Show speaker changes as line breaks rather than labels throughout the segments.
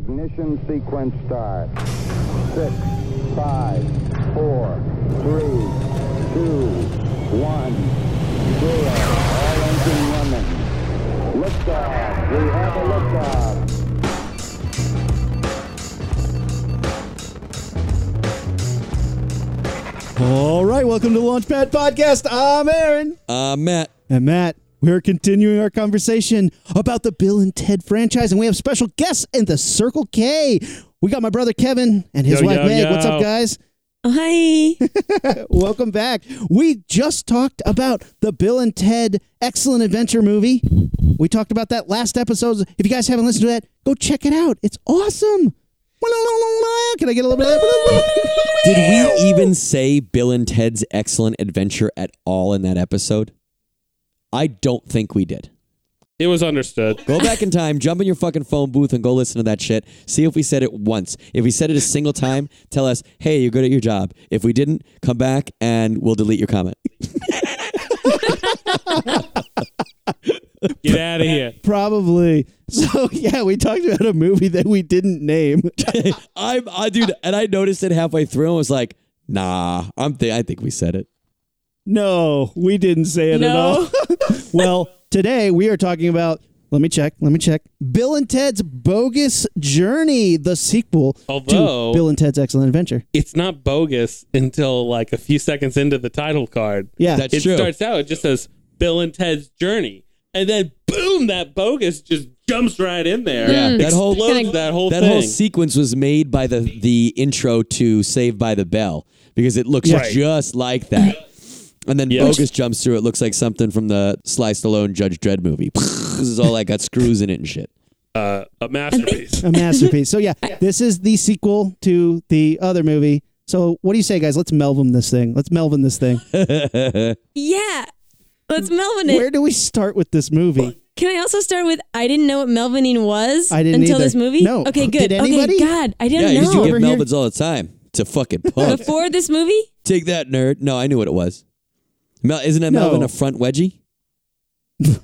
Ignition sequence start. Six, five, four, three, two, one, zero. All engine running. Liftoff. We have a liftoff.
All right, welcome to Launchpad Podcast. I'm Aaron.
Uh, Matt,
And Matt. We're continuing our conversation about the Bill and Ted franchise, and we have special guests in the Circle K. We got my brother Kevin and his
Yo,
wife
yo,
Meg.
yo.
What's up, guys?
Hi.
Welcome back. We just talked about the Bill and Ted Excellent Adventure movie. We talked about that last episode. If you guys haven't listened to that, go check it out. It's awesome. Can I get a little bit of that?
did we even say Bill and Ted's Excellent Adventure at all in that episode? I don't think we did.
It was understood.
Go back in time, jump in your fucking phone booth and go listen to that shit. See if we said it once. If we said it a single time, tell us, hey, you're good at your job. If we didn't, come back and we'll delete your comment.
Get out of here.
Probably. So yeah, we talked about a movie that we didn't name.
I'm, I, dude, and I noticed it halfway through and was like, nah, I'm th- I think we said it.
no, we didn't say it
No.
at all. well, today we are talking about. Let me check. Let me check. Bill and Ted's Bogus Journey, the sequel
Although-
to Bill and Ted's Excellent Adventure.
It's not bogus until like a few seconds into the title card.
Yeah,
That's
it
true.
starts out, it just says Bill and Ted's Journey. And then boom, that bogus just jumps right in there.
Yeah, Mm. that
that
whole-
whole, that whole
that
thing.
whole sequence was made by the the intro to Saved by the Bell because it looks
Right.
just like that. And then
Yeah.
Bogus jumps through. It looks like something from the Sly Stallone Judge Dredd movie. this is all like got screws in it and shit.
uh, a masterpiece.
a masterpiece. So yeah, this is the sequel to the other movie. So what do you say, guys? Let's Melvin this thing. Let's Melvin this thing.
Yeah. Let's Melvin it.
Where do we start with this movie?
Can I also start with I didn't know what Melvining was
I didn't
until
either.
this movie?
No.
Okay,
Did
good.
anybody?
Okay, God. I
yeah,
didn't
you used to
know.
give
Over
Melvins all the time. It's a fucking punk.
Before this movie?
Take that, nerd. No, I knew what it was. Mel- isn't a
No.
Melvin a front wedgie?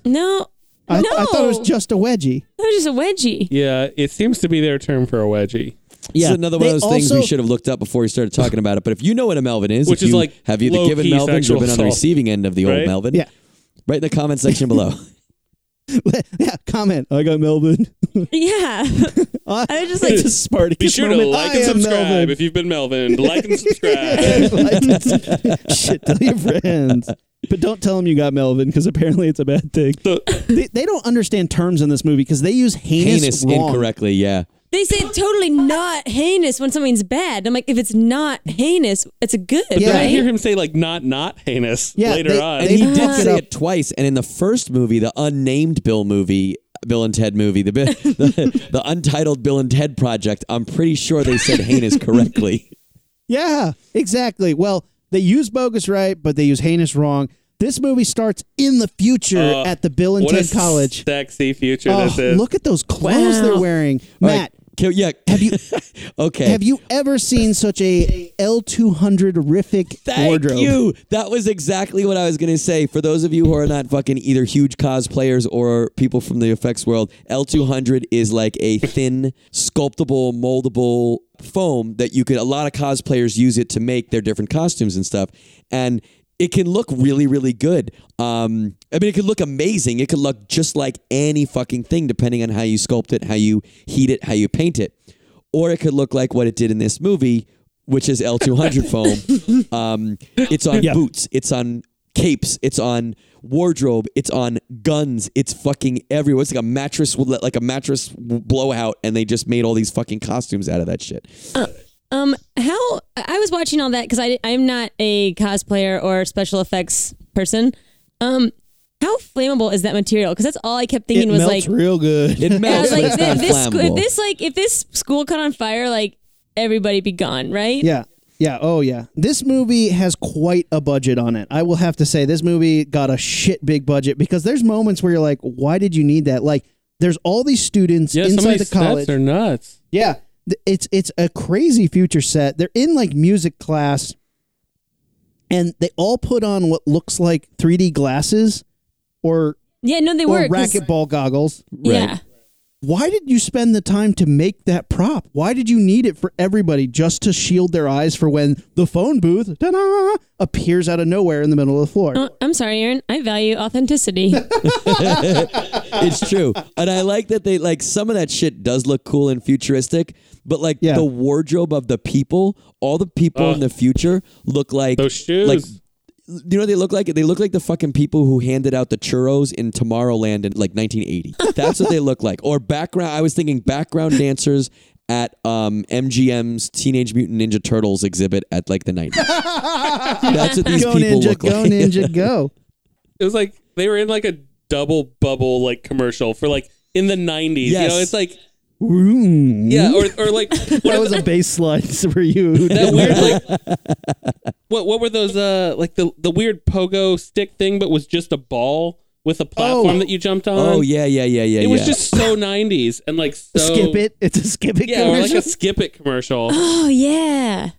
No.
I,
no.
I thought it was just a wedgie.
That was just a wedgie.
yeah, it seems to be their term for a wedgie,
Yeah,
Yeah.
is another one of
They
those things we
also-
should have looked up before we started talking about it. But if you know what a Melvin is,
Which
if
is
you
like
have either given
low-key
Melvins or
sexual
been on the
assault,
receiving end of the old
right?
Melvin,
Yeah.
write in the comment section below.
yeah, comment. I got Melvin.
Yeah. I was just like,
it's a Spartacus
Be sure to
moment.
like
I
and
am
subscribe
Melvin.
if you've been Melvin. Like and subscribe.
Shit, tell your friends. But don't tell them you got Melvin because apparently it's a bad thing. They, they don't understand terms in this movie because they use heinous,
Heinous
wrong.
incorrectly, yeah.
they say it's totally not heinous when something's bad. I'm like, if it's not heinous, it's a good,
Yeah.
Then I
right?
hear him say like not not heinous
Yeah,
later
they-
on.
And
they-
he did
fuck it
say
up.
it twice. And in the first movie, the unnamed Bill movie, Bill and Ted movie, the bi- the, the untitled Bill and Ted project, I'm pretty sure they said heinous correctly.
Yeah, exactly. Well, they use bogus right, but they use heinous wrong. This movie starts in the future
Uh,
at the Bill and
what
Ted
a
College.
sexy future
Oh,
this is.
look at those clothes
Wow.
they're wearing,
All
Matt.
right, can- yeah. Have you? okay.
Have you ever seen such a L two hundred horrific
Thank
wardrobe?
you. That was exactly what I was gonna say. For those of you who are not fucking either huge cosplayers or people from the effects world, L200 is like a thin, sculptable, moldable foam that you could. A lot of cosplayers use it to make their different costumes and stuff, and it can look really, really good. Um, I mean, it could look amazing. It could look just like any fucking thing, depending on how you sculpt it, how you heat it, how you paint it or it could look like what it did in this movie, which is L200 foam. Um, it's on
Yeah.
boots, it's on capes, it's on wardrobe, it's on guns, it's fucking everywhere. It's like a mattress, with- like a mattress blowout, and they just made all these fucking costumes out of that shit.
Um, how I was watching all that because I I'm not a cosplayer or special effects person. Um, how flammable is that material? Because that's all I kept
It
thinking was
melts
like,
real good.
It
I was
melts,
like,
but it's not
thi- this, sc-
flammable.
if this like if this school caught on fire, like everybody be gone, right?
Yeah. Yeah. Oh, yeah. This movie has quite a budget on it. I will have to say, this movie got a shit big budget because there's moments where you're like, why did you need that? Like, there's all these students
yeah, some of
inside the
these
college.
sets are nuts.
yeah. Th- It's it's a crazy future set. They're in like music class, and they all put on what looks like 3D glasses or
Yeah, no, they
or
were 'cause-
racquetball goggles.
Yeah,
why did you spend the time to make that prop? Why did you need it for everybody just to shield their eyes for when the phone booth ta-da, appears out of nowhere in the middle of the floor?
Uh, I'm sorry, Aaron. I value authenticity.
it's true. And I like that they like some of that shit does look cool and futuristic, but like
Yeah.
the wardrobe of the people, all the people in the future look like
Uh. Those shoes.
Like you know what they look like? They look like the fucking people who handed out the churros in Tomorrowland in like 1980. That's what they look like. Or background I was thinking background dancers at um, MGM's Teenage Mutant Ninja Turtles exhibit at like the 90s. That's what these
go
people
ninja,
look
go
like.
ninja, go!
it was like they were in like a double bubble like commercial for like in the 90s. You know,
Yes.
it's like,
Room.
yeah, or, or like,
that was a baseline for you.
that weird like what what were those uh like the the weird pogo stick thing but was just a ball with a platform
Oh.
that you jumped on
Oh yeah, yeah, yeah, yeah.
it was
yeah.
just so 90s and like so
skip it. It's a skip it
yeah or like
commercial.
a skip it commercial
oh yeah.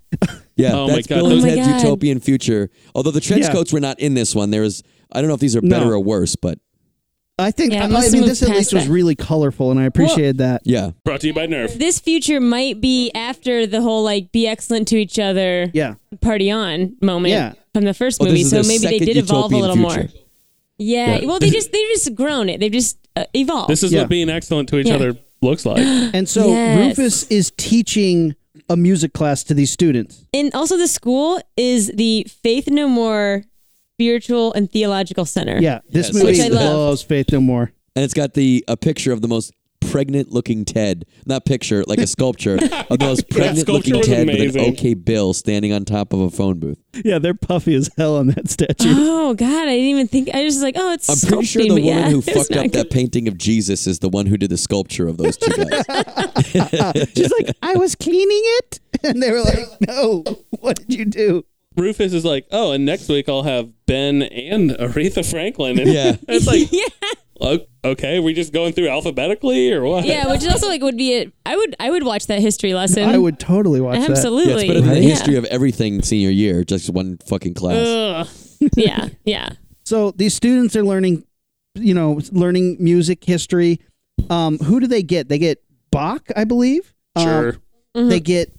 Yeah,
Oh my
that's
God.
Bill and
Oh my
Ted's
God.
utopian future. Although the trench
Yeah.
coats were not in this one. There was I don't know if these are better
No.
or worse, but
I think
Yeah,
I,
let's
I mean
move
this at
past
least was
that.
really colorful, and I appreciated that.
yeah.
brought to you by nerf
This future might be after the whole like be excellent to each other,
Yeah,
party on moment
Yeah.
from the first
Well,
movie.
Oh, this is
So
their
maybe they
second
did evolve a little
utopian
more.
future.
Yeah.
Yeah.
Well, they just they just grown it. They've just uh, evolved.
this is
Yeah.
what being excellent to each
Yeah.
other looks like
and so
Yes.
Rufus is teaching a music class to these students.
and also the school is the Faith No More spiritual and theological center.
Yeah, this
Yes.
movie
Which I love.
loves Faith No More.
And it's got the a picture of the most pregnant looking Ted. Not picture, like a sculpture of the most pregnant looking
sculpture was
Ted with an
amazing.
okay bill standing on top of a phone booth.
Yeah, they're puffy as hell on that statue.
Oh God, I didn't even think. I was just like, oh, it's.
I'm pretty sure
sculpting,
the
but
woman
yeah,
who
it's
fucked
not
up
good.
that painting of Jesus is the one who did the sculpture of those two guys.
She's like, I was cleaning it, and they were like, No, what did you do?
rufus is like oh and next week i'll have ben and aretha franklin and
Yeah.
it's like
yeah.
o- okay we're just going through alphabetically or what
Yeah, which is also like would be it. I would I would watch that history lesson.
I would totally watch
absolutely.
Yeah, it's better than the
Yeah.
history of everything senior year, just one fucking class.
Ugh.
yeah, yeah.
that. So these students are learning, you know, learning music history. Um, who do they get? They get Bach, I believe. Um,
sure
Uh,
They get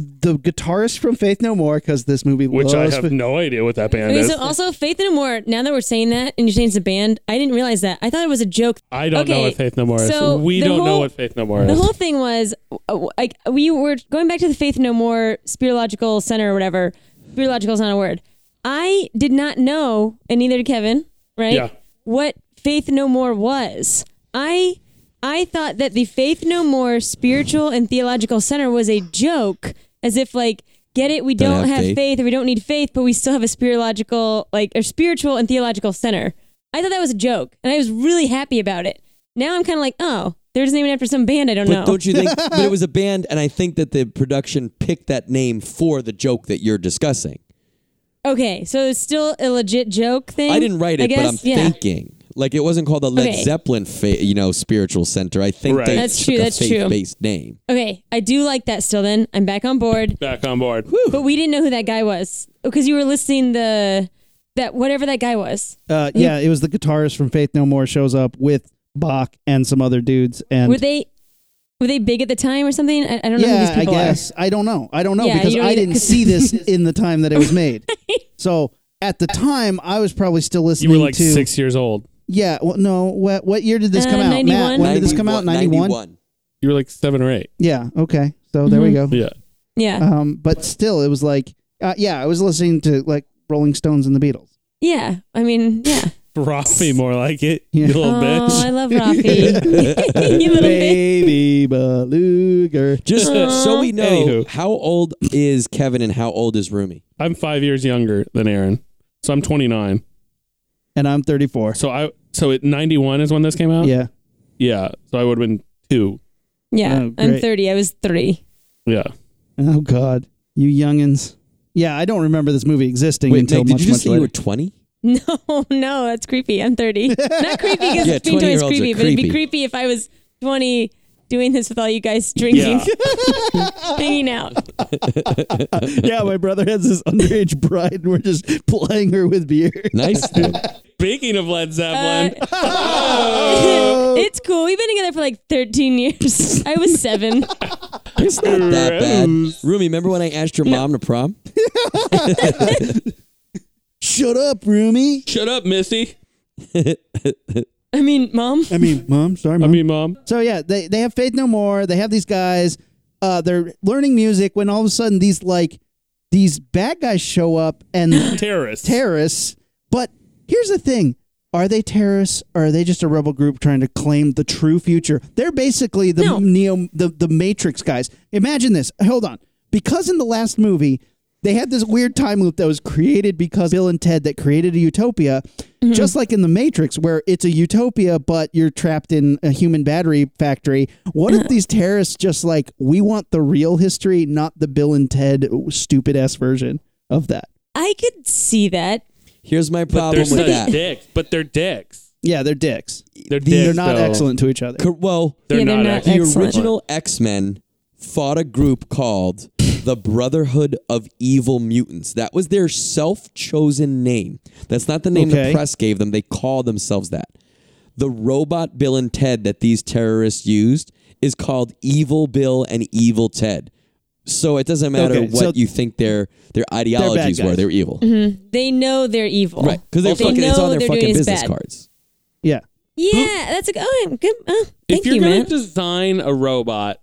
the guitarist from Faith No More because this movie
which i
loves
have no idea what that band
Okay,
is
so also Faith No More. Now that we're saying that, and you're saying it's a band, I didn't realize that. I thought it was a joke.
i don't know
okay,
what faith no more is
so
we
the
don't know
whole-
what faith no more
The
is
whole thing was uh, like we were going back to the Faith No More Spirological Center or whatever. Spirological is not a word. I did not know, and neither did Kevin, right?
Yeah.
What Faith No More was. I I thought that the Faith No More Spiritual and Theological Center was a joke, as if like get it, we
Don't
don't,
have
have,
faith.
faith. or we don't need faith, but we still have a spirological like or spiritual and theological center. I thought that was a joke, and I was really happy about it. Now I'm kind of like, oh, they're just naming it after some band I don't
But
know.
don't you think? but it was a band, and I think that the production picked that name for the joke that you're discussing.
Okay, so it's still a legit joke thing.
I didn't write
I
it, but
guess,
I'm
yeah.
thinking. Like it wasn't called the Led
Okay.
Zeppelin, fa- you know, spiritual center. I think
Right.
they
That's
took
true,
a
that's true.
faith-based name.
Okay, I do like that still. Then I'm back on board.
back on board
But we didn't know who that guy was because you were listing the that whatever that guy was.
Uh, yeah, it was the guitarist from Faith No More shows up with Bach and some other dudes, and
were they were they big at the time or something? I, I don't know who
yeah,
these
I
people
guess I don't know. I don't know
Yeah,
because
you don't
I
either,
didn't
'cause-
see this in the time that it was made. so at the time, I was probably still
you
listening
were like
to
six years old
Yeah, well, no. What what year did this
Uh,
come out, Matt?
91?
When did this come out? Ninety one.
You were like seven or eight.
Yeah. Okay. So there we
Mm-hmm.
go.
Yeah.
are. Yeah,
Um, but still, it was like, uh, yeah, I was listening to like Rolling Stones and the Beatles.
yeah. I mean, yeah.
Roffy, more like it,
Yeah.
you little
oh,
bitch.
I love Rafi. you little bitch.
Baby Beluga.
Just
Uh-huh.
so we know,
Anywho.
how old is Kevin and how old is Rumi?
I'm five years younger than Aaron. So I'm 29.
And I'm 34.
So I, so at 91 is when this came out?
Yeah.
Yeah. So I would have been two.
Yeah,
Oh,
I'm
great.
30. I was three.
Yeah.
Oh God, you youngins. Yeah, I don't remember this movie existing
Wait,
until
Meg,
much
did you just
much
say
later.
you were twenty?
No, no, that's creepy. I'm 30. Not creepy because
Yeah,
being 20
20-year-olds
is
are
creepy, but it'd
creepy.
be creepy if I was 20 doing this with all you guys drinking, hanging out.
yeah, my brother has this underage bride, and we're just plying her with beer.
Nice.
Speaking of Led Zeppelin,
Uh, it's cool. We've been together for like 13 years. I was seven.
It's not that bad. Rumi, remember when I asked your mom to prom?
Shut up, Rumi.
shut up, Missy.
I mean, mom.
I mean, mom. Sorry, mom.
I mean, mom.
So yeah, they they have Faith No More. They have these guys. Uh, they're learning music when all of a sudden these like these bad guys show up and
Terrorist.
terrorists. But here's the thing: are they terrorists or are they just a rebel group trying to claim the true future? They're basically the
No.
neo the the Matrix guys. Imagine this. Hold on, because in the last movie. They had this weird time loop that was created because Bill and Ted that created a utopia, just like in the Matrix, where it's a utopia, but you're trapped in a human battery factory. What if these terrorists just like, we want the real history, not the Bill and Ted stupid ass version of that?
I could see that.
Here's my
but
problem
they're
with
such
that.
dicks. But they're dicks.
Yeah, they're dicks.
They're
The-
dicks.
They're not
though.
excellent to each other.
Cor- Well,
They're
Yeah, they're
not,
not
excellent.
the
Excellent.
original X Men fought a group called the Brotherhood of Evil Mutants. That was their self chosen name. That's not the name
Okay.
the press gave them. They call themselves that. The robot Bill and Ted that these terrorists used is called Evil Bill and Evil Ted. So it doesn't matter
Okay,
what
so-
you think their their ideologies were.
guys.
They're evil,
They know they're evil.
Mm-hmm. right? Because they're
they
fucking.
know
It's on their
they're
fucking
doing is
business
bad.
cards.
Yeah.
Yeah, that's a good. Oh, good. Oh,
If
thank
you're
you,
gonna
man.
design a robot,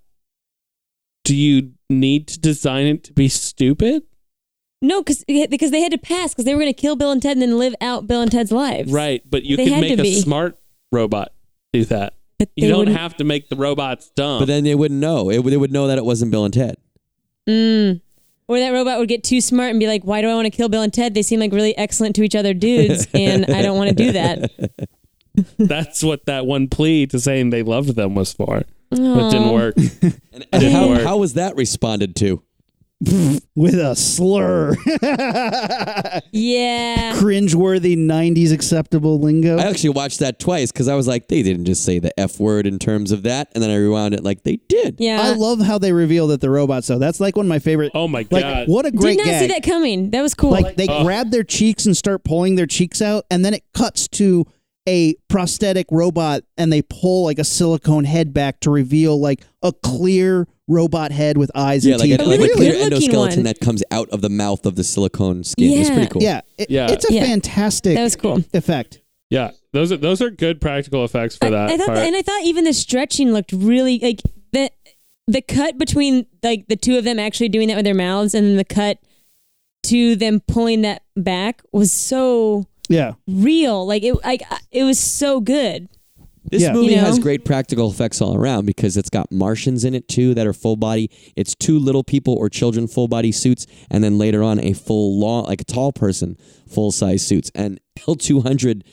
do you need to design it to be stupid?
No, cause, because they had to pass because they were going to kill Bill and Ted and then live out Bill and Ted's lives.
Right, but you
They
could
had
make
to
a
be.
smart robot do that.
But
You
they
don't
wouldn't-
have to make the robots dumb.
But then they wouldn't know. It, would- they would know that it wasn't Bill and Ted.
Mm. Or that robot would get too smart and be like, why do I want to kill Bill and Ted? They seem like really excellent to each other dudes, and I don't want to do that.
That's what that one plea to saying they loved them was for. But it didn't work.
And, and
Didn't
how,
work.
how was that responded to?
With a slur.
Yeah.
Cringeworthy 90s acceptable lingo.
I actually watched that twice because I was like, they didn't just say the F word in terms of that. And then I rewound it like they did.
Yeah.
I love how they reveal that they're robots, though. That's like one of my favorite.
Oh my
like,
god.
What a
Did
great
not
gag.
see that coming. That was cool.
Like they grab their cheeks and start pulling their cheeks out, and then it cuts to a prosthetic robot, and they pull like a silicone head back to reveal like a clear robot head with eyes
Yeah,
and
like
teeth.
a, like a
really
clear
good-looking
endoskeleton
one.
that comes out of the mouth of the silicone skin. It's
Yeah.
pretty cool.
yeah, it-
Yeah.
it's a
Yeah.
fantastic
That was cool.
effect.
yeah. Those are those are good practical effects for
I,
that.
I thought,
part.
that, and I thought even the stretching looked really like the the cut between like the two of them actually doing that with their mouths, and then the cut to them pulling that back was so
Yeah,
real. Like it, like I- it was so good.
This
Yeah.
movie
You
has
know?
great practical effects all around because it's got Martians in it too that are full body. It's two little people or children full body suits, and then later on a full long, like a tall person, full size suits. And L two hundred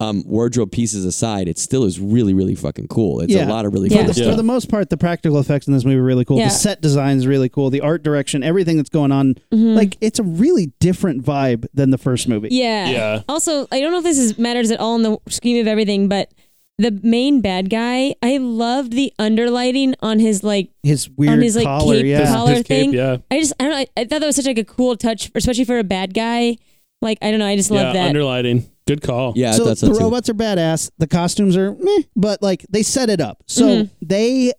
um, wardrobe pieces aside, it still is really, really fucking cool. It's
Yeah.
a lot of really
For
cool
the-
Yeah.
stuff.
for the most part, the practical effects in this movie are really cool.
Yeah.
The set design is really cool. The art direction, everything that's going on, like it's a really different vibe than the first movie.
Mm-hmm. Yeah.
Yeah.
Also, I don't know if this is, matters at all in the scheme of everything, but the main bad guy, I loved the underlighting on his like
His weird
on his like
collar,
cape
yeah.
collar
His cape,
thing.
yeah.
I just I don't know, I, I thought that was such like a cool touch, especially for a bad guy. Like I don't know, I just
yeah,
love that.
underlighting. Good call.
Yeah,
so
that's
the
that's it.
robots are badass. The costumes are meh, but like they set it up. So they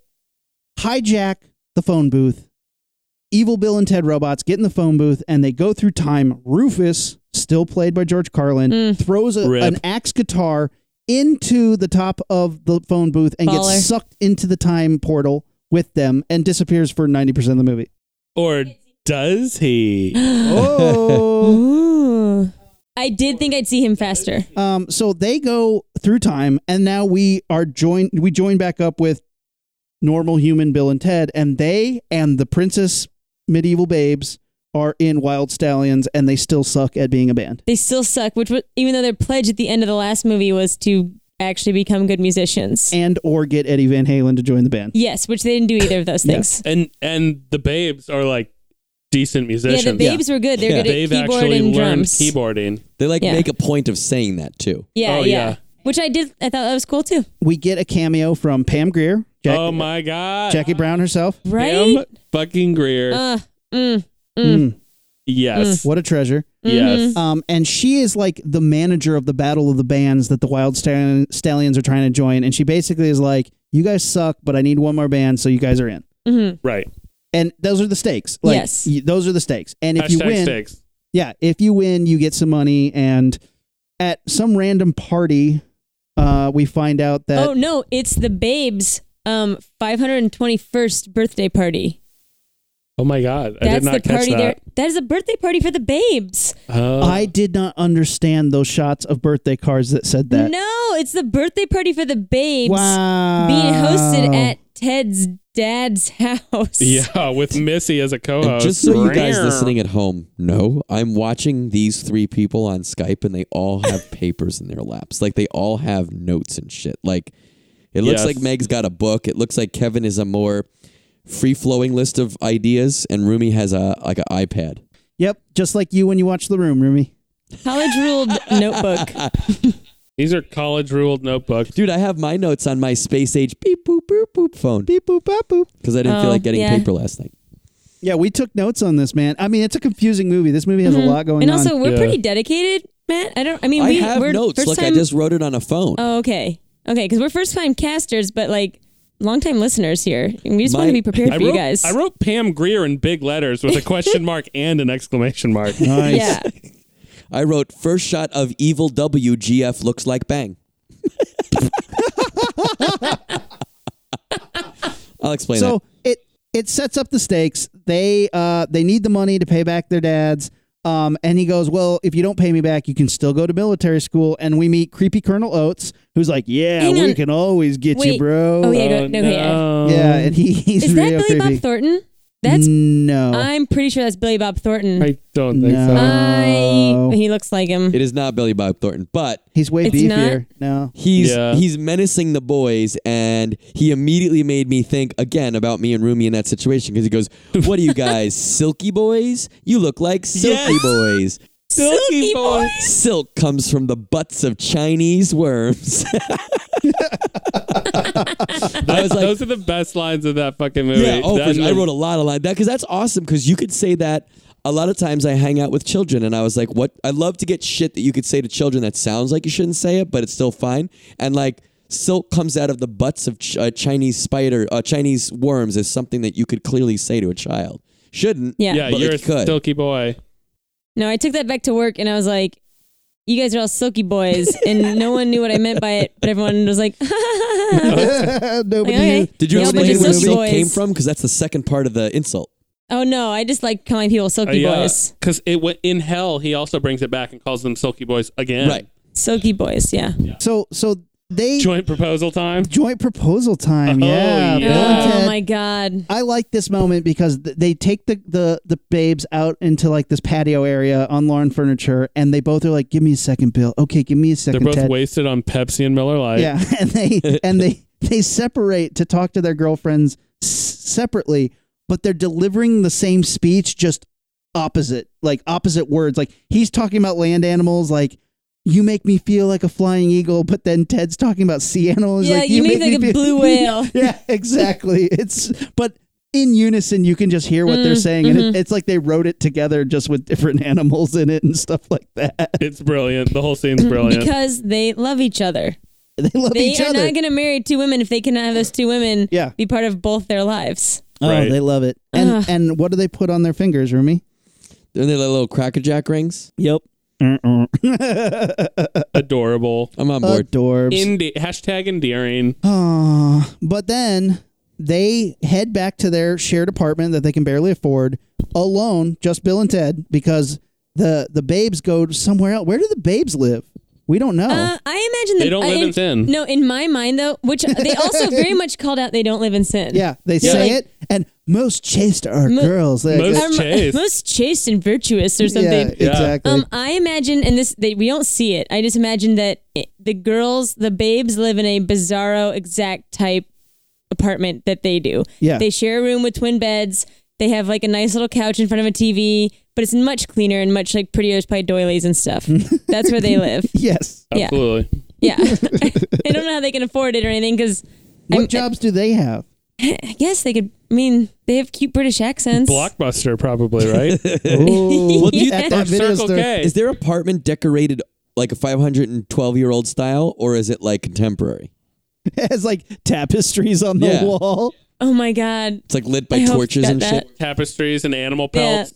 hijack the phone booth. Evil Bill and Ted robots get in the phone booth and they go through time. Rufus, still played by George Carlin, throws a,
Rip.
an axe guitar into the top of the phone booth and
Baller.
gets sucked into the time portal with them and disappears for 90% of the movie.
Or does he?
Oh.
Ooh. I did think I'd see him faster.
Um, so they go through time, and now we are joined. We join back up with normal human Bill and Ted, and they and the princess medieval babes are in Wild Stallions, and they still suck at being a band.
They still suck, which was, even though their pledge at the end of the last movie was to actually become good musicians.
And or get Eddie Van Halen to join the band.
yes, which they didn't do either of those
Yeah.
things.
And and the babes are like decent
Yeah,
musicians.
the babes were good. They're
Yeah.
good at
They've
keyboard
actually
and
learned
drums.
keyboarding.
They like
Yeah.
make a point of saying that too.
Yeah,
Oh,
yeah,
yeah.
Which I did. I thought that was cool too.
We get a cameo from Pam Greer, Jack-
oh my god.
Jackie Brown herself.
Right?
Pam fucking Greer.
Uh, mm,
Mm,
yes.
what a treasure!
mm-hmm.
Yes.
Uh,
Um, and she is like the manager of the Battle of the Bands that the Wild Stallion- Stallions are trying to join. And she basically is like, "You guys suck, but I need one more band, so you guys are in."
Right.
And those are the stakes. Like,
Yes.
y- those are the stakes. And if
Hashtag
you win,
stakes.
yeah, if you win, you get some money. And at some random party, uh, we find out that
oh no, it's the babes um 521st birthday party.
Oh my god, I did
That's
not
the
catch
party there.
that.
That is a birthday party for the babes.
Oh.
I did not understand those shots of birthday cards that said that.
No, it's the birthday party for the babes
wow,
being hosted at Ted's dad's house.
yeah, with Missy as a
And
co-host.
just so you guys
Rare.
listening at home know, I'm watching these three people on Skype and they all have papers in their laps. Like they all have notes and shit. Like it looks
Yes.
like Meg's got a book. It looks like Kevin is a more free flowing list of ideas and Rumi has a like an iPad.
Yep, just like you when you watch The Room, Rumi.
College ruled notebook.
These are college ruled notebooks.
Dude, I have my notes on my space age beep boop boop boop phone. Beep boop boop boop. Because I didn't feel
Oh,
like getting
yeah.
paper last night.
Yeah, we took notes on this, man. I mean, it's a confusing movie. This movie has a lot going
Mm-hmm. and
on.
also, we're
Yeah.
pretty dedicated, Matt. I don't. I mean,
I
we
have
we're
notes.
first
Look, I
time.
just wrote it on a phone.
Oh, okay, okay, because we're first time casters, but like long time listeners here, and we just want
My-
to be prepared for
I
you
wrote,
guys.
I wrote Pam Greer in big letters with a question mark and an exclamation mark.
nice.
yeah,
I wrote first shot of evil WGF looks like bang. I'll explain
So it it sets up the stakes. They uh they need the money to pay back their dads. Um, and he goes, well, if you don't pay me back, you can still go to military school. And we meet creepy Colonel Oates, who's like, yeah,
Hang
we
on.
can always get you,
Wait.
bro. Um,
Oh, yeah, go-
Oh,
no, yeah.
Yeah, and he, he's
is that
real
Billy
creepy.
Bob Thornton? That's
no.
I'm pretty sure that's Billy Bob Thornton.
I don't think
No.
so.
I
Oh.
he looks like him.
it. It is not Billy Bob Thornton, but
he's way
It's
beefier. No.
he's
Yeah.
he's menacing the boys, and he immediately made me think again about me and Rumi in that situation because he goes, "What are you guys, silky boys? You look like silky
Yes.
boys."
Silky boy.
Silk comes from the butts of Chinese worms. I was like,
Those are the best lines of that fucking movie.
Yeah, oh, for
That
sure. I
and-
wrote a lot of lines that because that's awesome because you could say that. A lot of times I hang out with children and I was like, what? I love to get shit that you could say to children that sounds like you shouldn't say it, but it's still fine. And like, silk comes out of the butts of ch- uh, Chinese spider, uh, Chinese worms is something that you could clearly say to a child. Shouldn't.
Yeah.
yeah,
but
you're
it
a
could.
silky boy.
No, I took that back to work, and I was like, "You guys are all silky boys," and no one knew what I meant by it, but everyone was like,
Nobody.
Okay.
Did you
Yeah, but
explain
just
where
silky
silk
boys.
came from? Because that's the second part of the insult.
"Oh no, I just like calling people silky boys,
Because Uh, it went in hell. He also brings it back and calls them silky boys again.
Right.
silky boys." Yeah,
So so they joint,
Joint proposal time.
proposal time.
Oh,
yeah.
yeah.
Bill and
Oh
Ted.
my god.
I like this moment because th- they take the, the the babes out into like this patio area on lawn furniture, and they both are like, "Give me a second, Bill. Okay, give me a
They're
second,
both
Ted."
wasted on Pepsi and Miller Lite.
yeah, and they and they they separate to talk to their girlfriends s- separately, but they're delivering the same speech, just opposite, like opposite words. Like he's talking about land animals, like. You make me feel like a flying eagle, but then Ted's talking about sea animals.
yeah,
like,
you, make like a
me feel-
blue whale.
yeah, exactly. It's but in unison, you can just hear what
Mm,
they're saying,
mm-hmm.
and it, it's like they wrote it together just with different animals in it and stuff like that.
It's brilliant. The whole scene's brilliant.
Because they love each other.
They love
They
each
are
other.
not going to marry two women if they cannot have those two women
Yeah.
be part of both their lives.
oh,
Right.
they love it. And
Ugh.
and what do they put on their fingers, Rumi?
They're the little Cracker Jack rings.
Yep.
Adorable.
I'm
Uh,
on board.
Adorbs.
Ende- hashtag endearing.
Aw. but then they head back to their shared apartment that they can barely afford alone, just Bill and Ted, because the the babes go somewhere else. Where do the babes live? We don't know.
Uh, I imagine
They
that-
don't
I-
live in sin.
No, in my mind though, which they also very much called out, they don't live in sin.
Yeah, they say it, and most chaste are
Mo-
girls. They-
Most
they-
Are mo-
chaste.
most chaste and virtuous or
yeah,
something.
exactly.
Um, I imagine, and this they, we don't see it. I just imagine that it, the girls, the babes, live in a bizarro exact type apartment that they do.
Yeah.
they share a room with twin beds. They have like a nice little couch in front of a TV, but it's much cleaner and much like prettier. There's probably doilies and stuff. That's where they live.
yes.
Yeah.
Absolutely.
Yeah, I don't know how they can afford it or anything because
What jobs do they have?
I guess they could I mean, they have cute British accents.
Blockbuster, probably right.
Ooh,
do you
at
think-
that
Or
video
Circle
store.
K.
Is their apartment decorated like a 512 year old style, or is it like contemporary?
It has like tapestries on the
Yeah.
wall.
Oh my god.
It's like lit by
I hope
torches
that-
and
that-
shit.
Tapestries and animal pelts.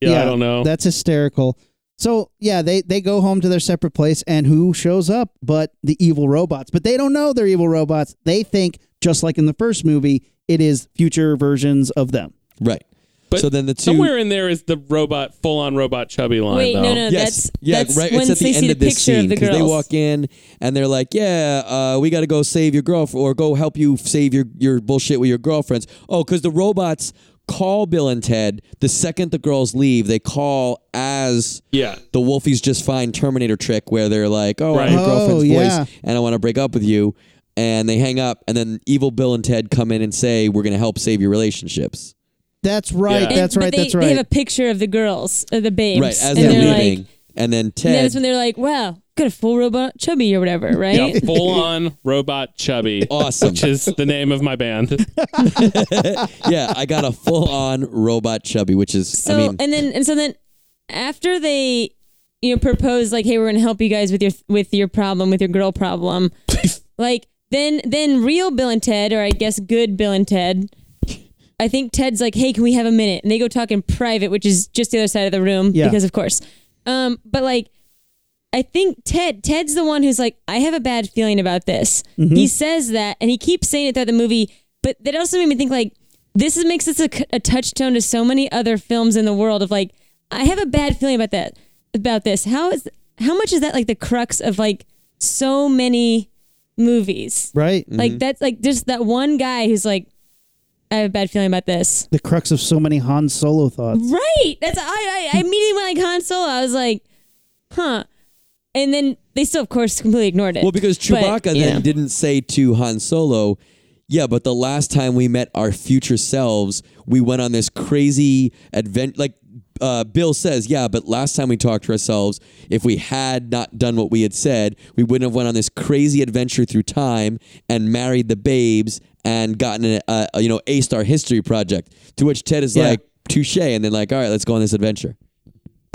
Yeah, I don't know.
That's hysterical. So yeah, they they go home to their separate place, and who shows up but the evil robots? But they don't know they're evil robots. They think just like in the first movie, it is future versions of them.
Right.
But
so then the two.
Somewhere in there is the robot, full on robot chubby line.
Wait,
though.
no, no,
Yes.
that's
yeah.
that's
right.
once
It's at the
they
end
see
of
the
this
picture
scene
of the girls.
they walk in and they're like, "Yeah, uh, we got to go save your girlfriend, or go help you save your your bullshit with your girlfriends." Oh, because the robots call Bill and Ted the second the girls leave. They call as
Yeah.
the Wolfie's just fine Terminator trick, where they're like, "Oh, I
Right.
have your
Oh,
girlfriend's
yeah.
voice, and I want to break up with you." And they hang up, and then evil Bill and Ted come in and say, "We're gonna help save your relationships."
That's right.
Yeah.
And-
That's
but
right.
they,
that's
They
right.
have a picture of the girls, or the babes,
Right as
and
they're,
are
leaving,
like,
and then
and
Ted
that's when they're like, "Wow, got a full robot chubby or whatever, right?"
Yeah, full on robot chubby.
Awesome.
Which is the name of my band.
yeah, I got a full on robot chubby, which is
So
I mean
and then and so then after they you know propose like hey we're gonna help you guys with your with your problem with your girl problem like then then real Bill and Ted or I guess good Bill and Ted I think Ted's like hey can we have a minute and they go talk in private which is just the other side of the room
Yeah.
because of course um but like I think Ted Ted's the one who's like, I have a bad feeling about this. He says that, and he keeps saying it throughout the movie. But that also made me think like, this is, makes this a, c- a touchstone to so many other films in the world of like, I have a bad feeling about that about this. How is how much is that like the crux of like so many movies?
right.
Like that's like just that one guy who's like, I have a bad feeling about this.
The crux of so many Han Solo thoughts.
Right. That's I I, I immediately went like Han Solo. I was like, huh. And then they still, of course, completely ignored it.
well because
But,
Chewbacca
you
then
know.
didn't say to Han Solo, yeah, but the last time we met our future selves, we went on this crazy adventure. Like uh, Bill says, yeah, but last time we talked to ourselves, if we had not done what we had said, we wouldn't have went on this crazy adventure through time and married the babes and gotten a, a, a, you know aced our history project. To which Ted is
Yeah.
like touche, and then like, all right, let's go on this adventure.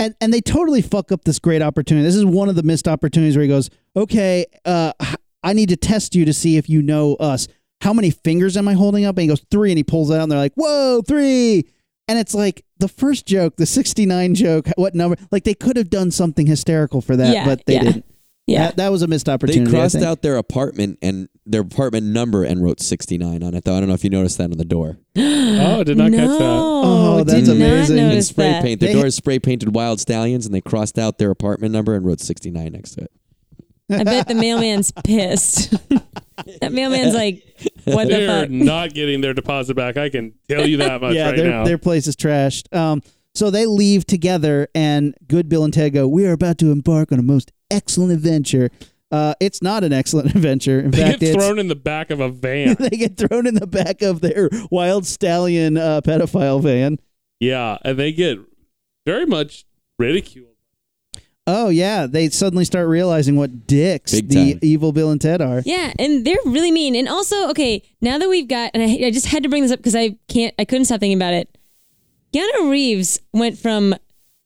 And and they totally fuck up this great opportunity. This is one of the missed opportunities where he goes, okay, uh, h- I need to test you to see if you know us. How many fingers am I holding up? And he goes three, and he pulls it out, and they're like, whoa, three. And it's like the first joke, the sixty-nine joke. What number? Like they could have done something hysterical for that,
Yeah,
but they
yeah.
didn't.
Yeah.
that, that was a missed
They
opportunity. I
crossed
think.
out their apartment and their apartment number and wrote 69 on it, though. I don't know if you noticed that on the door.
Oh, did not
no.
catch that.
Oh, that's
did
amazing. And
Not
And
notice
spray
that.
paint. The
They-
door is spray painted wild stallions, and they crossed out their apartment number and wrote 69 next to it.
I bet the mailman's pissed. that mailman's like, what the
They're
fuck?
not getting their deposit back. I can tell you that much
yeah,
right
their,
now.
their place is trashed. Um, so they leave together, and good Bill and Ted go, "We are about to embark on a most excellent adventure." Uh, it's not an excellent adventure. In
they
fact,
get
it's,
thrown in the back of a van.
they get thrown in the back of their wild stallion uh, pedophile van.
yeah, and they get very much ridiculed.
Oh yeah, they suddenly start realizing what dicks
Big
the
time.
evil Bill and Ted are.
Yeah, and they're really mean. And also, okay, now that we've got, and I, I just had to bring this up because I can't, I couldn't stop thinking about it. Keanu Reeves went from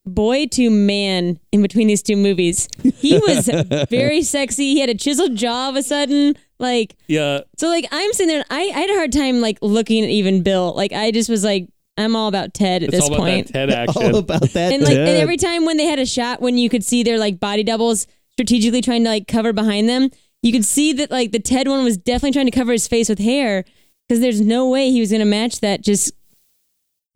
boy to man in between these two movies. He was very sexy. He had a chiseled jaw of a sudden. Like,
Yeah,
so like I'm sitting there, and I, I had a hard time like looking at even Bill. Like I just was like, I'm all about Ted at
it's
this
all about
point.
that Ted
All
action.
about that.
and like and
Ted.
every time when they had a shot when you could see their like body doubles strategically trying to like cover behind them you could see that like the ted one was definitely trying to cover his face with hair because there's no way he was going to match that just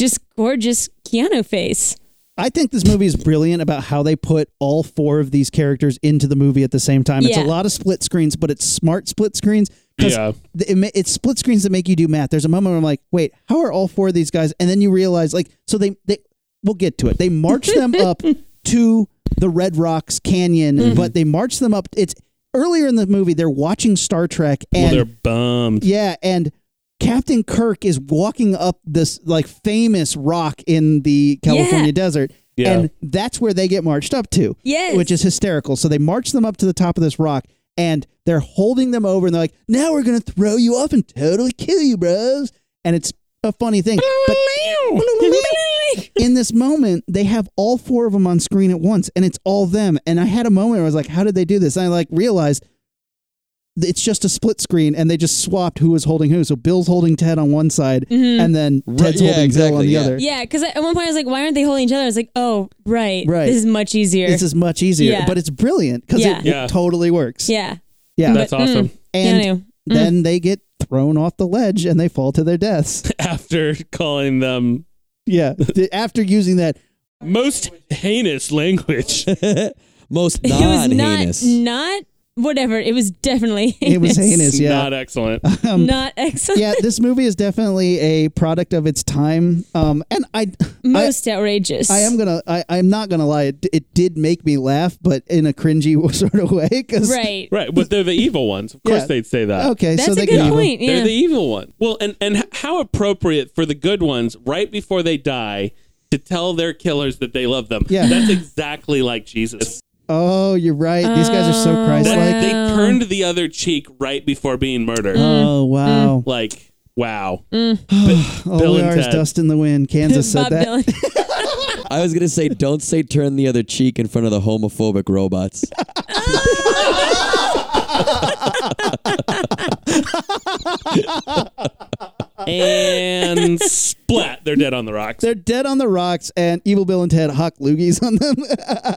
just gorgeous keanu face
I think this movie is brilliant about how they put all four of these characters into the movie at the same time. It's a
Yeah.
lot of split screens, but it's smart split screens. 'cause
Yeah.
th- it ma- it's split screens that make you do math. There's a moment where I'm like, wait, how are all four of these guys? And then you realize, like, so they they we'll get to it. They march them up to the Red Rocks Canyon, but they march them up. It's earlier in the movie. They're watching Star Trek,
Well,
and
they're bummed.
yeah, and Captain Kirk is walking up this like famous rock in the California
Yeah.
desert.
Yeah.
And that's where they get marched up to.
Yes.
Which is hysterical. So they march them up to the top of this rock and they're holding them over and they're like, now we're going to throw you off and totally kill you, bros. And it's a funny thing. But in this moment, they have all four of them on screen at once, and it's all them. And I had a moment where I was like, "How did they do this?" And I like realized th- it's just a split screen, and they just swapped who was holding who. So Bill's holding Ted on one side, and then Ted's holding
yeah,
Bill on
exactly,
the
yeah.
other.
Mm-hmm. Yeah, because at one point I was like, why aren't they holding each other? I was like, oh, right.
Right.
This is much easier.
This is much easier,
Yeah.
but it's brilliant because
Yeah.
it,
Yeah.
it totally works.
yeah.
Yeah.
That's awesome.
and
Keanu. Mm.
then they get thrown off the ledge and they fall to their deaths.
After calling them
yeah. Th- After using that,
most heinous language.
Most
It was
non
not,
heinous.
not whatever. It was definitely heinous.
it was heinous. Yeah.
Not excellent.
Not excellent.
yeah, this movie is definitely a product of its time. Um, and I, I,
Most outrageous.
I am gonna, I, I'm not gonna lie. It, it did make me laugh, but in a cringy sort of way. 'cause-
Right.
Right, but they're the evil ones. Of course
Yeah.
they'd say that.
Okay,
That's
so
a
they
good
get evil.
point.
They're
Yeah.
the evil one. Well, and and h- how appropriate for the good ones right before they die to tell their killers that they love them.
Yeah.
That's exactly like Jesus.
Oh, you're right. These guys are so
Oh.
That-
Christ-like.
they turned the other cheek right before being murdered.
Oh wow.
Like, wow.
Mm.
All
Bill
we
and
are is
Ted.
dust in the wind. Kansas said
Bob
that.
Dylan.
I was gonna say, don't say turn the other cheek in front of the homophobic robots.
And splat, they're dead on the rocks.
They're dead on the rocks, and Evil Bill and Ted huck loogies on them.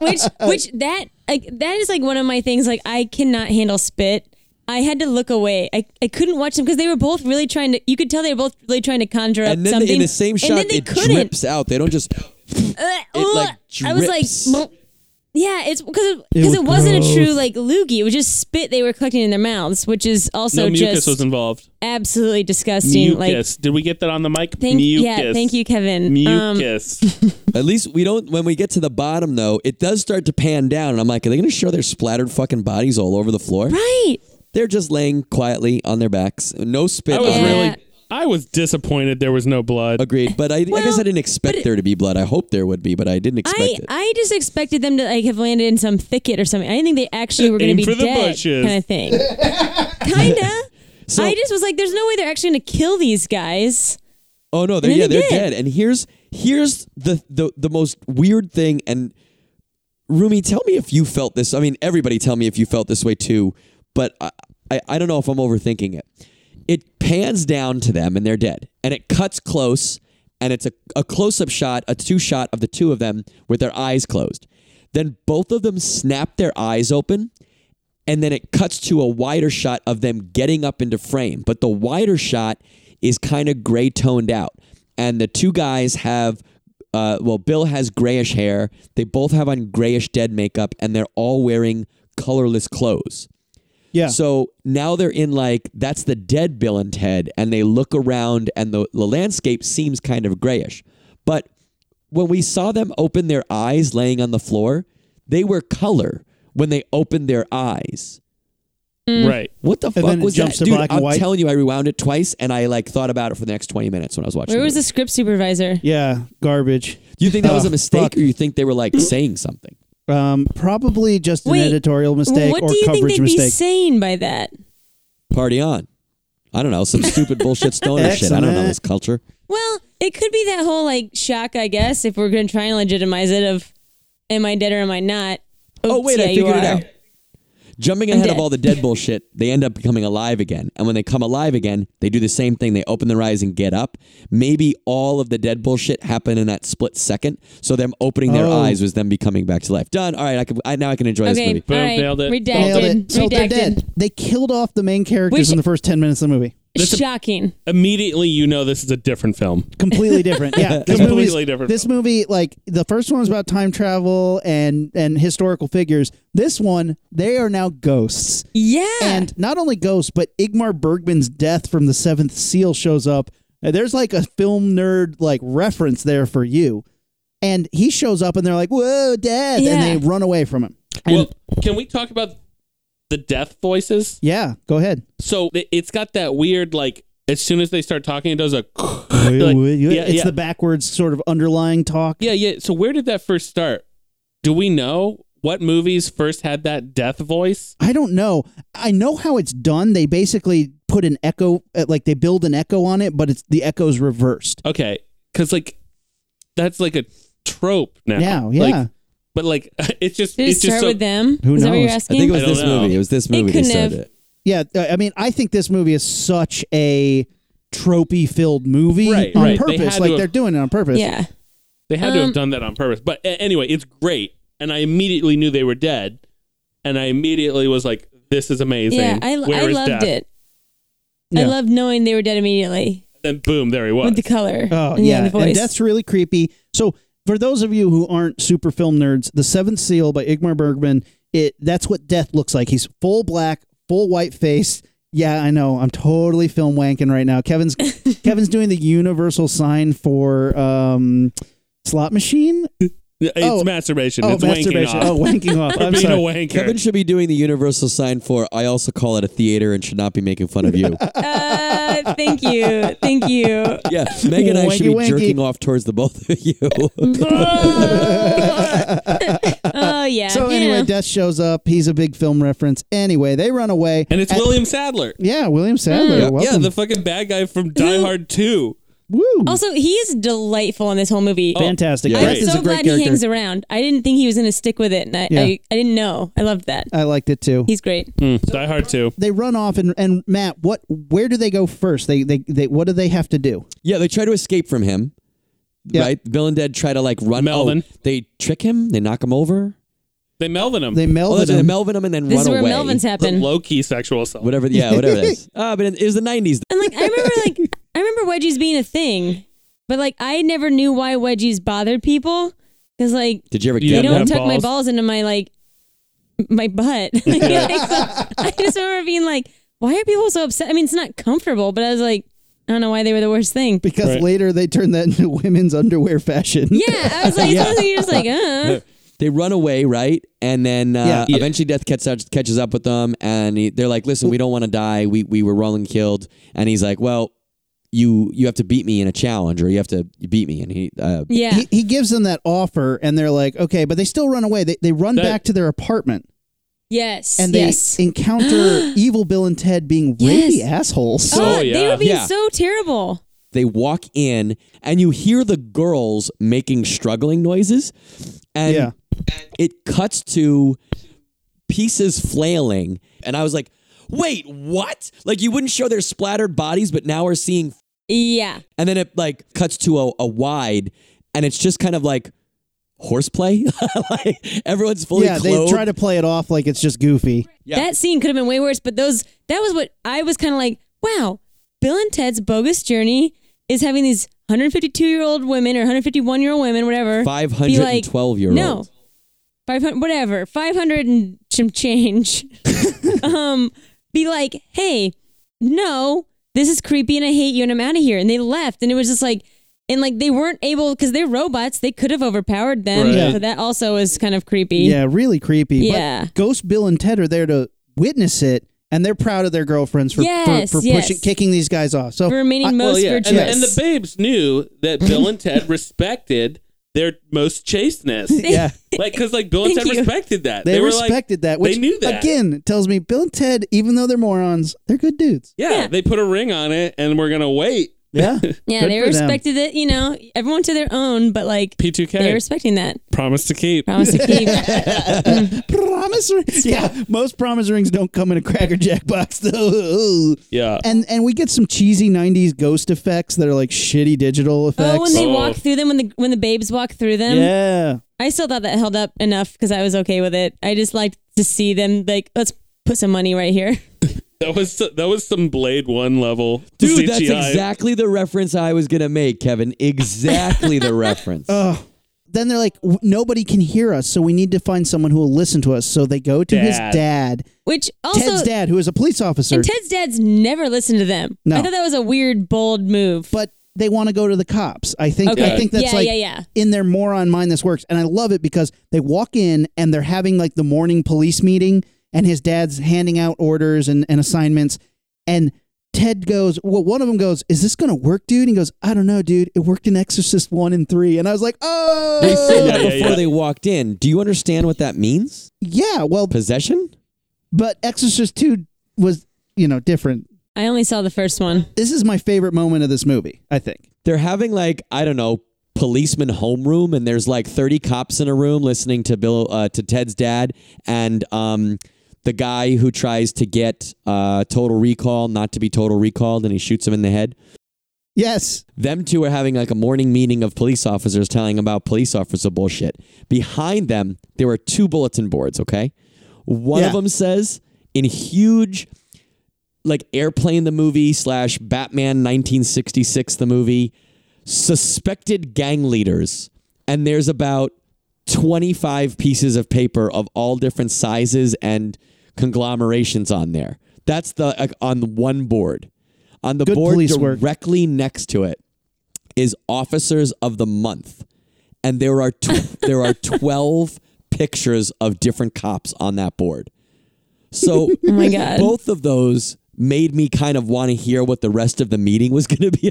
which which that like that is like one of my things like i cannot handle spit i had to look away i, I couldn't watch them because they were both really trying to you could tell they were both really trying to conjure up
And then
something
in the same
and
shot,
then they
it
couldn't
drips out. They don't just.
Uh,
it, like,
ugh. i was like
drips.
"Bleh." yeah it's because because
was
it, wasn't
gross.
a true like loogie it was just spit they were collecting in their mouths which is also
no mucus
just
was involved.
absolutely disgusting
Mucus.
like
Did we get that on the mic?
thank
mucus.
yeah thank you kevin Um,
Mucus.
At least we don't. When we get to the bottom, though, it does start to pan down, and I'm like, are they gonna show their splattered fucking bodies all over the floor?
right
They're just laying quietly on their backs, no spit.
I was
on
Yeah.
them.
really I was disappointed there was no blood.
Agreed, but I, I guess I didn't expect there to be blood. I hoped there would be, but I didn't expect
I,
it.
I just expected them to like have landed in some thicket or something. I didn't think they actually were going
Aim
to be
for the
dead,
bushes.
kind of thing. Kinda.
So-
I just was like, "There's no way they're actually going to kill these guys."
Oh no, they're,
And
yeah,
then they
they're
did.
dead. And here's here's the the the most weird thing. And Rumi, tell me if you felt this. I mean, everybody, tell me if you felt this way too. But I I, I don't know if I'm overthinking it. It pans down to them and they're dead, and it cuts close, and it's a, a close up shot, a two shot of the two of them with their eyes closed. Then both of them snap their eyes open and then it cuts to a wider shot of them getting up into frame. But the wider shot is kind of gray toned out, and the two guys have. Uh, well, Bill has grayish hair. They both have on grayish dead makeup, and they're all wearing colorless clothes.
yeah.
So now they're in like that's the dead Bill and Ted, and they look around, and the, the landscape seems kind of grayish. But when we saw them open their eyes laying on the floor, they were color when they opened their eyes.
Mm.
Right.
What the fuck
then it
was
jumps
that,
to
dude?
black and
I'm
white.
telling you, I rewound it twice, and I like thought about it for the next 20 minutes when I was watching.
Where
the
was the
movie.
script supervisor?
yeah. Garbage.
You think that was
Oh,
a mistake,
fuck.
or you think they were like saying something?
Um, probably just an
Wait,
editorial
Well,
mistake
what
or
do you think
coverage
they'd be
mistake.
saying by that?
Party on. I don't know, some stupid bullshit stoner shit. I don't know
Excellent.
this culture.
Well, it could be that whole like shock, I guess, if we're going to try and legitimize it. Of, am I dead or am I not?
Oh
Oops,
wait,
yeah,
I
you
figured it
are.
out. Jumping ahead of
dead.
all the dead bullshit, they end up becoming alive again. And when they come alive again, they do the same thing. They open their eyes and get up. Maybe all of the dead bullshit happened in that split second. So them opening their
Oh.
eyes was them becoming back to life. Done. All right, I, can, I now I can enjoy this
Okay,
movie.
all right,
nailed it.
redacted,
Nailed it. So they're
redacted.
dead. They killed off the main characters
Which-
in the first ten minutes of the movie.
Shocking.
Immediately you know this is a different film.
completely different. Yeah, this
Completely
movie's-
different
This
film.
movie, like the first one, was about time travel and and historical figures. This one, they are now ghosts,
Yeah.
and not only ghosts, but Igmar Bergman's death from the Seventh Seal shows up. Uh, There's like a film nerd like reference there for you, and he shows up, and they're like, "Whoa, Dad!"
Yeah.
and they run away from him. And
well, can we talk about the death voices?
yeah, go ahead.
So it- it's got that weird like as soon as they start talking, it does a like, yeah,
it's
yeah.
the backwards sort of underlying talk.
yeah yeah. So where did that first start? Do we know what movies first had that death voice?
I don't know. I know how it's done. They basically put an echo, uh, like they build an echo on it, but it's the echo's reversed.
Okay, because like that's like a trope now.
Yeah,
Like,
yeah.
but like it's just
Did it
it's
start
just so,
with them?
Who
Is that what
knows?
you're
I
I
asking?
think it was
I don't
this
know.
movie. It was this movie. They
couldn't
started
have.
it.
Yeah, uh, I mean, I think this movie is such a tropey filled movie
Right,
on
right. They
purpose.
had to
like
have-
they're doing it on purpose.
yeah.
They had to
Um,
have done that on purpose. But a- anyway, it's great. And I immediately knew they were dead. And I immediately was like, this is amazing.
Yeah, I,
Where
I
is
loved
death?
it. I
Yeah.
loved knowing they were dead immediately
Then boom, there he was.
with the color.
Oh
and,
yeah,
the voice.
and that's really creepy. So for those of you who aren't super film nerds, The Seventh Seal by Igmar Bergman, it that's what death looks like. He's full black, full white face. Yeah, I know. I'm totally film wanking right now. Kevin's Kevin's doing the universal sign for um slot machine.
it's
oh.
masturbation.
Oh,
it's
masturbation.
wanking off.
Oh, wanking off. I'm
Being a
sorry.
wanker.
Kevin should be doing the universal sign for I also call it a theater and should not be making fun of you.
uh, thank you. Thank you.
yeah, Meg and I should be
Wanky, wanky.
jerking off towards the both of you.
oh yeah.
So
you
anyway,
know.
Death shows up. He's a big film reference. Anyway, they run away.
and it's
At-
William Sadler.
Yeah, William Sadler.
Yeah,
Yeah,
Welcome.
the fucking bad guy from Die Hard 2.
Woo.
also, he is delightful in this whole movie.
Oh,
Fantastic.
Yeah.
I'm
Death is
so
a Oh, great
glad
character.
he hangs around. I didn't think he was going to stick with it, and I,
Yeah. Hmm.
I, I didn't know. I loved that.
I liked it too.
He's great.
Die Hard 2.
they run off and, and Matt, what where do they go first? They, they they what do they have to do?
yeah, they try to escape from him.
Yeah.
Right? Bill and Dead try to like run. oh,
Melvin.
they trick him. They knock him over.
They Melvin him.
They
Oh,
melded
that's right, they
him.
Melvin him and then
This
run
is where
away.
Melvin's
the
happened.
low key sexual assault.
Whatever. Yeah, whatever that is. Ah, but it was the 90s.
and like, I remember like I remember wedgies being a thing, but like I never knew why wedgies bothered people because like
Did you ever
You
they
get
didn't
don't
one?
have
tuck my
balls.
balls into my like my butt. Like, so I just remember being like, why are people so upset? I mean, it's not comfortable, but I was like, I don't know why they were the worst thing.
because
Right.
later they turned that into women's underwear fashion.
Yeah, I was like, it's one thing you're just like, uh.
They run away, right? And then uh,
Yeah.
eventually Death catch, catches up with them and he, they're like, listen, we don't want to die. We, we were wrongly killed. And he's like, well, you you have to beat me in a challenge or you have to you beat me. And he, uh,
Yeah.
He, he gives them that offer and they're like, okay, but they still run away. They, they run
That-
back to their apartment
yes.
and they
yes.
encounter evil Bill and Ted being
Yes.
really assholes.
oh,
Oh,
they
yeah.
were being
Yeah.
so terrible.
they walk in and you hear the girls making struggling noises. And
Yeah.
it cuts to pieces flailing. And I was like, wait, what? Like you wouldn't show their splattered bodies, but now we're seeing
Yeah.
and then it like cuts to a, a wide and it's just kind of like horseplay like everyone's fully
yeah, they
clothed
try to play it off like it's just goofy.
Yeah.
That scene could have been way worse, but those that was what I was kind of like, wow, Bill and Ted's bogus journey is having these 152 year old women or 151 year old women, whatever. be like,
512 year old
No. 500 whatever. 500 and some change. um be like, "Hey, no, this is creepy and I hate you and I'm out of here." And they left and it was just like and like they weren't able cuz they're robots, they could have overpowered them.
Right.
So that also is kind of creepy.
Yeah, really creepy.
Yeah.
But Ghost Bill and Ted are there to witness it and they're proud of their girlfriends for,
Yes,
for, for
yes.
pushing kicking these guys off. So
The remaining
I-
most
And,
virtuous.
the- and the babes knew that Bill and Ted respected their most chasteness.
yeah.
Like, because like Bill and
Thank
Ted
you.
respected that.
They,
were like-
respected that. Which,
they knew that.
Again, tells me Bill and Ted, even though they're morons, they're good dudes.
Yeah,
Yeah.
they put a ring on it, and we're gonna wait.
Yeah.
Yeah, they respected it, you know, everyone to their own, but like they're
P2K
respecting that.
promise to keep.
Promise to keep.
Promise rings. Yeah. Most promise rings don't come in a Cracker Jack box, though.
Yeah,
And and we get some cheesy 90s ghost effects that are like shitty digital effects.
oh, when they
Oh.
walk through them, when the when the babes walk through them,
yeah.
I still thought that held up enough because I was okay with it. I just liked to see them like, let's put some money right here.
that was that was some Blade One level
dude
CGI.
that's exactly the reference i was gonna make kevin exactly the reference
Oh. Then they're like, "W- nobody can hear us, so we need to find someone who will listen to us. So they go to his
Dad.
dad,
Which also,
Ted's dad, who is a police officer.
and Ted's dad's never listened to them.
No.
I thought that was a weird, bold move.
but they want to go to the cops. I think
Okay.
I think that's
Yeah,
like
yeah, yeah.
in their moron mind this works. And I love it because they walk in and they're having like the morning police meeting and his dad's handing out orders and, and assignments and Ted goes, well, one of them goes, is this going to work, dude? And he goes, I don't know, dude. It worked in Exorcist 1 and 3. And I was like,
they said
oh,
that
Yeah, yeah,
before
yeah.
they walked in do you understand what that means
yeah. Well,
possession
but Exorcist 2 was, you know, different.
I only saw the first one.
This is my favorite moment of this movie, I think.
They're having like I don't know policeman homeroom, and there's like 30 cops in a room listening to Bill uh, to Ted's dad and um the guy who tries to get uh total recall not to be total recalled, and he shoots him in the head.
Yes.
Them two are having like a morning meeting of police officers telling about police officer bullshit. Behind them, there are two bulletin boards, okay? One of
Yeah.
them says in huge, like airplane the movie slash Batman 1966 the movie, suspected gang leaders. And there's about 25 pieces of paper of all different sizes and conglomerations on there. That's the like, on one board. On the
Good
board
police work.
directly next to it is officers of the month, and there are tw- there are twelve pictures of different cops on that board. So
Oh my god.
both of those made me kind of want to hear what the rest of the meeting was going to be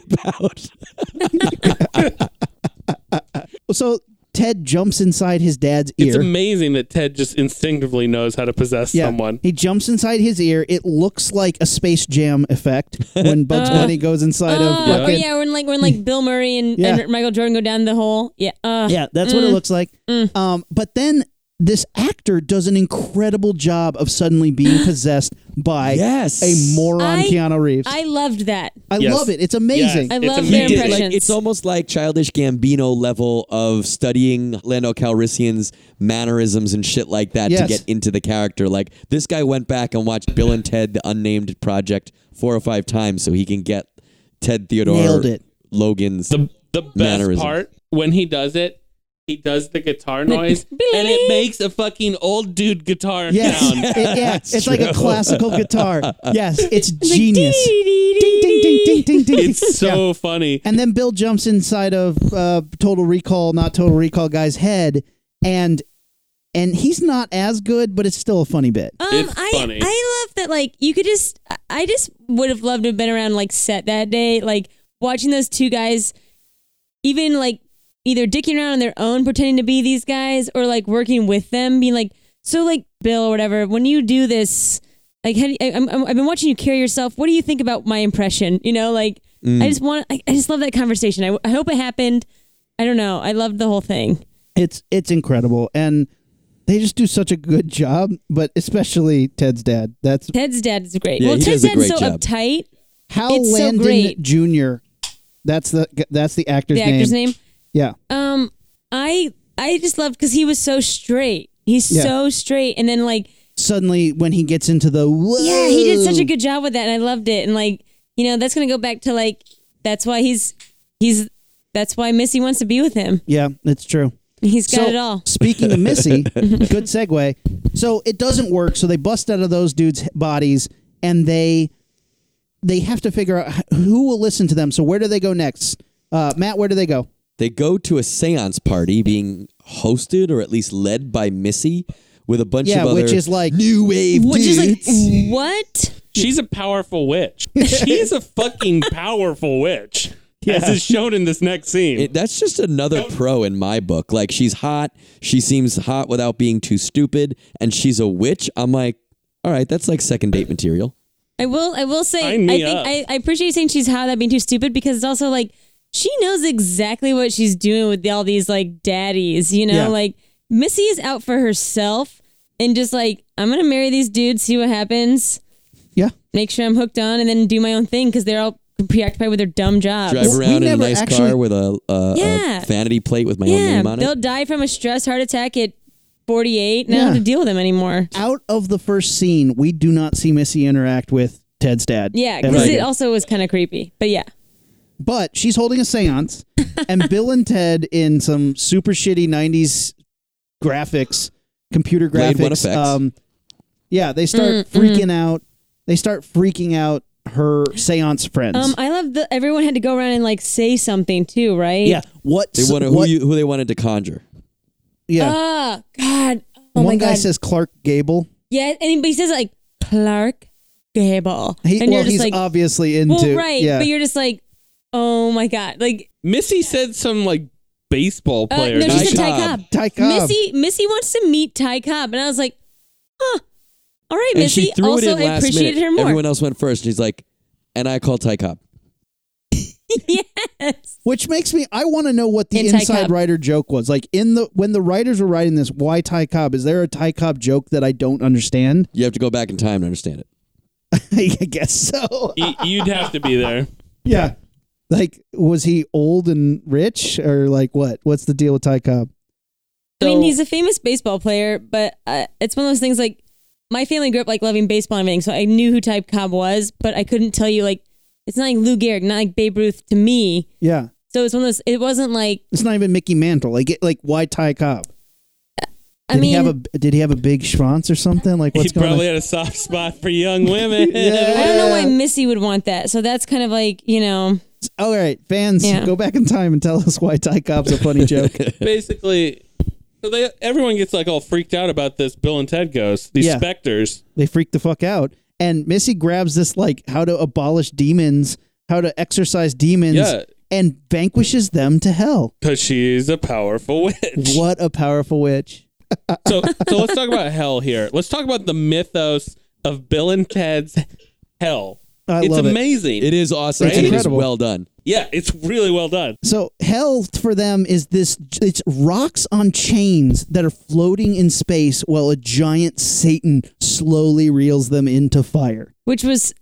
about.
So Ted jumps inside his dad's
It's
ear.
amazing that Ted just instinctively knows how to possess someone.
He jumps inside his ear. It looks like a Space Jam effect when Bugs Bunny goes inside of.
Oh,
fucking-
yeah, when like when like Bill Murray and,
Yeah.
and Michael Jordan go down the hole. Yeah. Uh,
Yeah, that's what it looks like. Um, but then this actor does an incredible job of suddenly being possessed by
Yes.
a moron
I-
Keanu Reeves. I,
I loved that.
Yes.
love it. It's amazing.
I
It's
love
amazing.
their
He did, like,
impressions.
Like, it's almost like childish Gambino level of studying Lando Calrissian's mannerisms and shit like that to
Yes.
get into the character. Like this guy went back and watched Bill and Ted: The Unnamed Project four or five times so he can get Ted Theodore
Nailed it.
Logan's.
The the best
Mannerisms.
part when he does it, he does the guitar noise and it makes a fucking old dude guitar
Yes.
sound.
It- yeah, it's like a
true.
classical guitar. Yes, it's genius. Ding, ding, ding, ding, ding, ding.
It's so funny.
And then Bill jumps inside of uh, Total Recall, not Total Recall guy's head, and and he's not as good, but it's still a funny bit.
Um,
It's
I
funny.
I love that. Like you could just, I- I just would have loved to have been around like set that day, like watching those two guys, even like either dicking around on their own, pretending to be these guys, or like working with them, being like, so like Bill or whatever. When you do this, like, how do you, I, I'm, I'm- I've been watching you carry yourself. What do you think about my impression? You know, like
Mm.
I just want, I, I just love that conversation. I, I hope it happened. I don't know. I loved the whole thing.
It's it's incredible, and they just do such a good job. But especially Ted's dad. That's
Ted's dad is great.
Yeah,
well,
he
Ted's
does a
dad's so
great job.
uptight.
Hal
It's so
Landon
great.
Jr. That's the that's the actor's,
the actor's name.
Yeah,
Um, I I just loved because he was so straight. He's
Yeah.
so straight, and then like
suddenly when he gets into the whoa,
yeah, he did such a good job with that, and I loved it. And like you know, that's gonna go back to like that's why he's he's that's why Missy wants to be with him.
yeah, it's true.
He's got it all.
Speaking of Missy, good segue. So it doesn't work. So they bust out of those dudes' bodies, and they they have to figure out who will listen to them. So where do they go next? Uh, Matt, where do they go?
They go to a seance party being hosted or at least led by Missy with a bunch
Yeah,
of other
which is like-
new wave
Which is like
dudes.
what?
She's a powerful witch. She's a fucking powerful witch. As is shown in this next scene.
It- that's just another pro in my book. Like she's hot, she seems hot without being too stupid, and she's a witch. I'm like, all right, that's like second date material.
I will. I will say.
Sign
I
me
think
up.
I, I appreciate you saying she's how that being too stupid because it's also like she knows exactly what she's doing with all these like daddies. You know,
Yeah.
like Missy is out for herself and just like I'm gonna marry these dudes, see what happens,
Yeah,
make sure I'm hooked on, and then do my own thing because they're all preoccupied with their dumb jobs.
Drive
we
around in a
never
nice
actually-
car with a, a,
Yeah.
a vanity plate with my own
yeah,
name on
they'll
it.
die from a stress heart attack at 48. and I
Yeah.
don't have to deal with them anymore.
out of the first scene, we do not see Missy interact with Ted's dad.
Yeah,
ever
because it
again.
also was kind of creepy. But yeah,
but she's holding a séance, and Bill and Ted in some super shitty '90s graphics, computer
Blade One
graphics.
effects.
Um, yeah, they start
Mm,
freaking out. They start freaking out her séance friends.
um, I love the everyone had to go around and like say something too, right?
yeah, what?
They wonder who
what-
you, who they wanted to conjure.
Yeah,
Ah, God. Oh
one
my
guy
God.
says Clark Gable.
yeah, and he says like Clark Gable,
He,
and
well,
you're just
he's
like,
obviously into.
well, right,
Yeah,
but you're just like, oh my God, like
Missy said some like baseball
uh,
player.
no, she
Ty
said Ty
Cobb.
Cobb.
Ty Cobb.
Missy, Missy wants to meet Ty Cobb, and I was like, huh, all right,
And
Missy.
she threw
also,
it in
I
last
appreciated
minute.
her more.
Everyone else went first. And she's like, and I call Ty Cobb.
yes.
Which makes me I want to know what the
And Ty
inside
Cobb.
writer joke was. Like in the when the writers were writing this, why Ty Cobb? Is there a Ty Cobb joke that I don't understand?
You have to go back in time to understand it.
I guess so.
Y- You'd have to be there.
Yeah. Like was he old and rich or like what? What's the deal with Ty Cobb?
I mean,
So-
he's a famous baseball player, but uh, it's one of those things like my family grew up like loving baseball and everything, so I knew who Type Cobb was, but I couldn't tell you like it's not like Lou Gehrig, not like Babe Ruth to me.
Yeah.
So it's one of those. It wasn't like
It's not even Mickey Mantle. Like it, like why Ty Cobb?
I
Did
mean,
he have a did he have a big schwanz or something? Like what's
he
going
probably
on?
had a soft spot for young women.
I don't know why
Yeah.
Missy would want that. So that's kind of like you know,
Uh, All right, fans,
Yeah.
go back in time and tell us why Ty Cobb's a funny joke.
Basically, so they everyone gets like all freaked out about this Bill and Ted ghost, these
Yeah.
specters.
they freak the fuck out. And Missy grabs this like how to abolish demons, how to exorcise demons,
Yeah.
and vanquishes them to hell.
Because she's a powerful witch.
What a powerful witch!
So, so let's talk about hell here. Let's talk about the mythos of Bill and Ted's hell.
I
it's
love it.
amazing.
It is awesome
It's
and
incredible.
it is well done.
Yeah, it's really well done.
So hell for them is this it's rocks on chains that are floating in space while a giant Satan slowly reels them into fire.
which was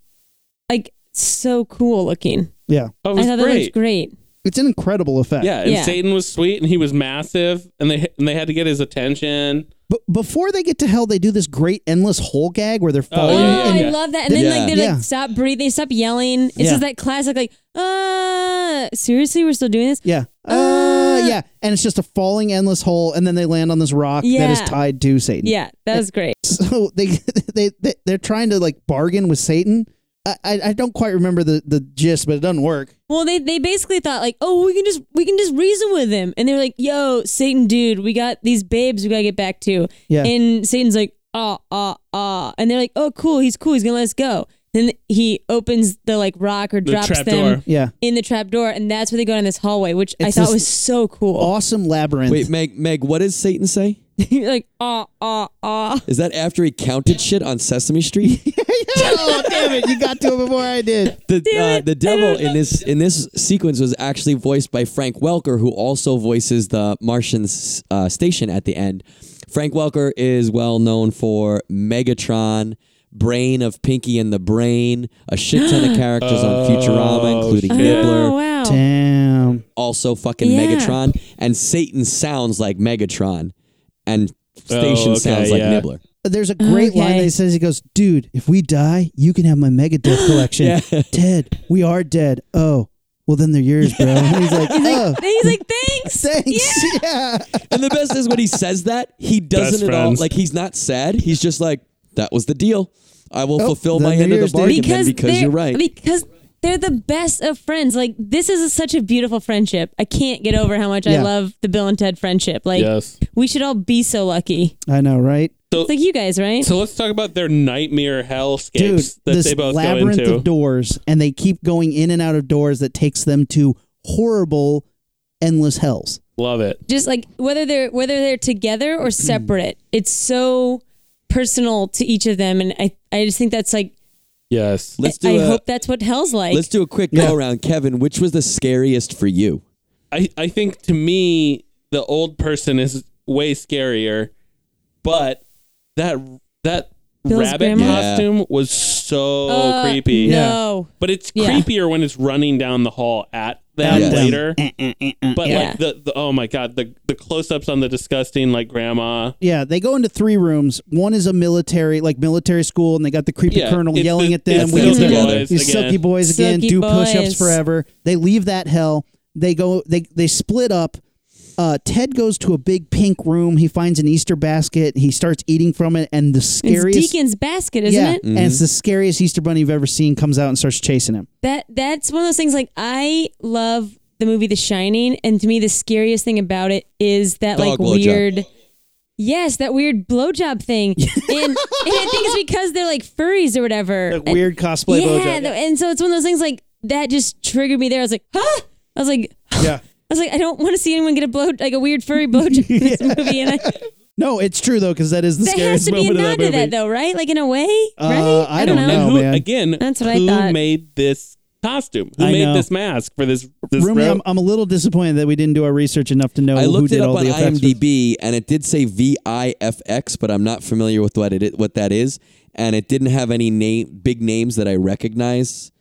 like so cool looking.
Yeah.
Oh,
I
it was
thought that
great.
looked great.
It's an incredible effect.
Yeah, and
Yeah.
Satan was sweet, and he was massive, and they and they had to get his attention.
But before they get to hell, they do this great endless hole gag where they're falling.
Oh,
yeah, yeah, yeah.
I love that. And then
Yeah.
like they
Yeah.
like stop breathing, stop yelling. It's
Yeah.
just that classic like, uh, seriously, we're still doing this.
Yeah. Uh,
Uh.
yeah. And it's just a falling endless hole, and then they land on this rock that
Yeah.
is tied to Satan.
Yeah, that was great.
So they they, they they're trying to like bargain with Satan. I, I, I don't quite remember the, the gist, but it doesn't work.
Well, they they basically thought like, oh, we can just we can just reason with him, and they're like, yo, Satan, dude, we got these babes we gotta get back to.
Yeah.
And Satan's like, ah ah ah, and they're like, oh, cool, he's cool, he's gonna let us go. Then he opens the like rock or
The
drops
trap
them
door.
Yeah.
in the trap door, and that's where they go down this hallway, which I
It's
thought
this-
was so cool.
Awesome labyrinth.
Wait, Meg, Meg, what does Satan say?
like ah ah ah.
Is that after he counted shit on Sesame Street?
oh, damn it. You got to it before I did.
the uh,
it.
the devil in this in this sequence was actually voiced by Frank Welker, who also voices the Martian's uh, station at the end. Frank Welker is well known for Megatron, Brain of Pinky and the Brain, a shit ton of characters on Futurama, including Nibbler,
Oh wow.
Damn.
also fucking
Yeah.
Megatron, and Satan sounds like Megatron, and Station
Oh,
okay,
sounds like
yeah.
Nibbler.
There's a great line
Okay.
that he says, he goes, dude, if we die, you can have my mega death collection.
Yeah.
Ted, we are dead. Oh, well, then they're yours, bro. And he's like, oh,
And he's like, thanks.
thanks. yeah.
And the best is when he says that, he
Best
doesn't at all
friends.
like he's not sad. He's just like, that was the deal. I will fulfill
Oh, then
my
there
end of
it
the
is, dude.
bargain because, because
they're-
you're right.
Because they're the best of friends. Like this is such a beautiful friendship. I can't get over how much
Yeah.
I love the Bill and Ted friendship. Like
Yes.
we should all be so lucky.
I know, right?
So,
It's like you guys, right?
so let's talk about their nightmare
Dude,
hellscapes that
this
they both go
labyrinth
into.
of doors, and they keep going in and out of doors that takes them to horrible, endless hells.
Love it.
Just like whether they're whether they're together
Mm.
or separate, it's so personal to each of them, and I I just think that's like
Yes.
let's
I
do a
hope that's what hell's like.
let's do a quick go around, Kevin. Which was the scariest for you?
I, I think to me the old person is way scarier, but that that
Bill's
rabbit
grandma?
Yeah.
costume was so
Uh,
creepy.
No.
But it's
Yeah.
creepier when it's running down the hall at them
Yes.
later.
Eh,
But
Yeah.
like the, the oh my god the the close ups on the disgusting like grandma.
Yeah, they go into three rooms. One is a military, like military school, and they got the creepy
Yeah,
colonel
it's
yelling
the-
at them.
it's
We
the
get
Silky
together.
Boys
These
again.
silky boys again
Silky
do push-ups
Boys.
forever. They leave that hell. They go. They they split up. Uh, Ted goes to a big pink room. He finds an Easter basket. He starts eating from it, and the
It's
scariest.
Deacon's basket, isn't
yeah,
it?
and it's the scariest Easter bunny you've ever seen. Comes out and starts chasing him.
That that's one of those things. Like I love the movie The Shining, and to me, the scariest thing about it is that
Dog
like
blowjob.
weird. Yes, that weird blowjob thing, and, and I think it's because they're like furries or whatever.
Like weird cosplay
yeah,
blowjob.
th- and so it's one of those things like that just triggered me there. I was like, huh? I was like, I was like, I don't want to see anyone get a blow like a weird furry blowjob in this movie, and I
No, it's true though, because that is the
There has
scariest
to be a
moment
nod
of that
to
movie.
that, though, right? Like in a way,
Uh,
right?
I don't
And
know.
who
man.
again?
That's what I
who
thought.
made this costume? Who
I
made
know.
this mask for this? this
Rumi,
row?
I'm, I'm a little disappointed that we didn't do our research enough to know
I
Oh, who
looked
did
it up
all
on
the effects.
IMDb, and it did say VIFX, but I'm not familiar with what it i- what that is, and it didn't have any name big names that I recognize.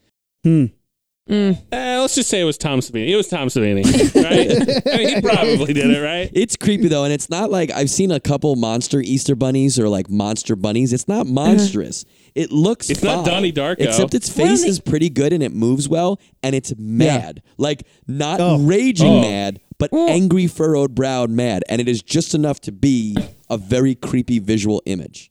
Uh, let's just say it was Tom Savini. It was Tom Savini, right? I mean, he probably did it, right?
It's creepy though, and it's not like I've seen a couple monster Easter bunnies or like monster bunnies. It's
Uh-huh.
not monstrous. It looks.
It's not
fine,
Donnie Darko.
except its
Well,
face
they-
is pretty good and it moves well, and it's mad, like not
Oh. Mm.
raging
Oh.
mad, but angry, furrowed browed mad, and it is just enough to be a very creepy visual image.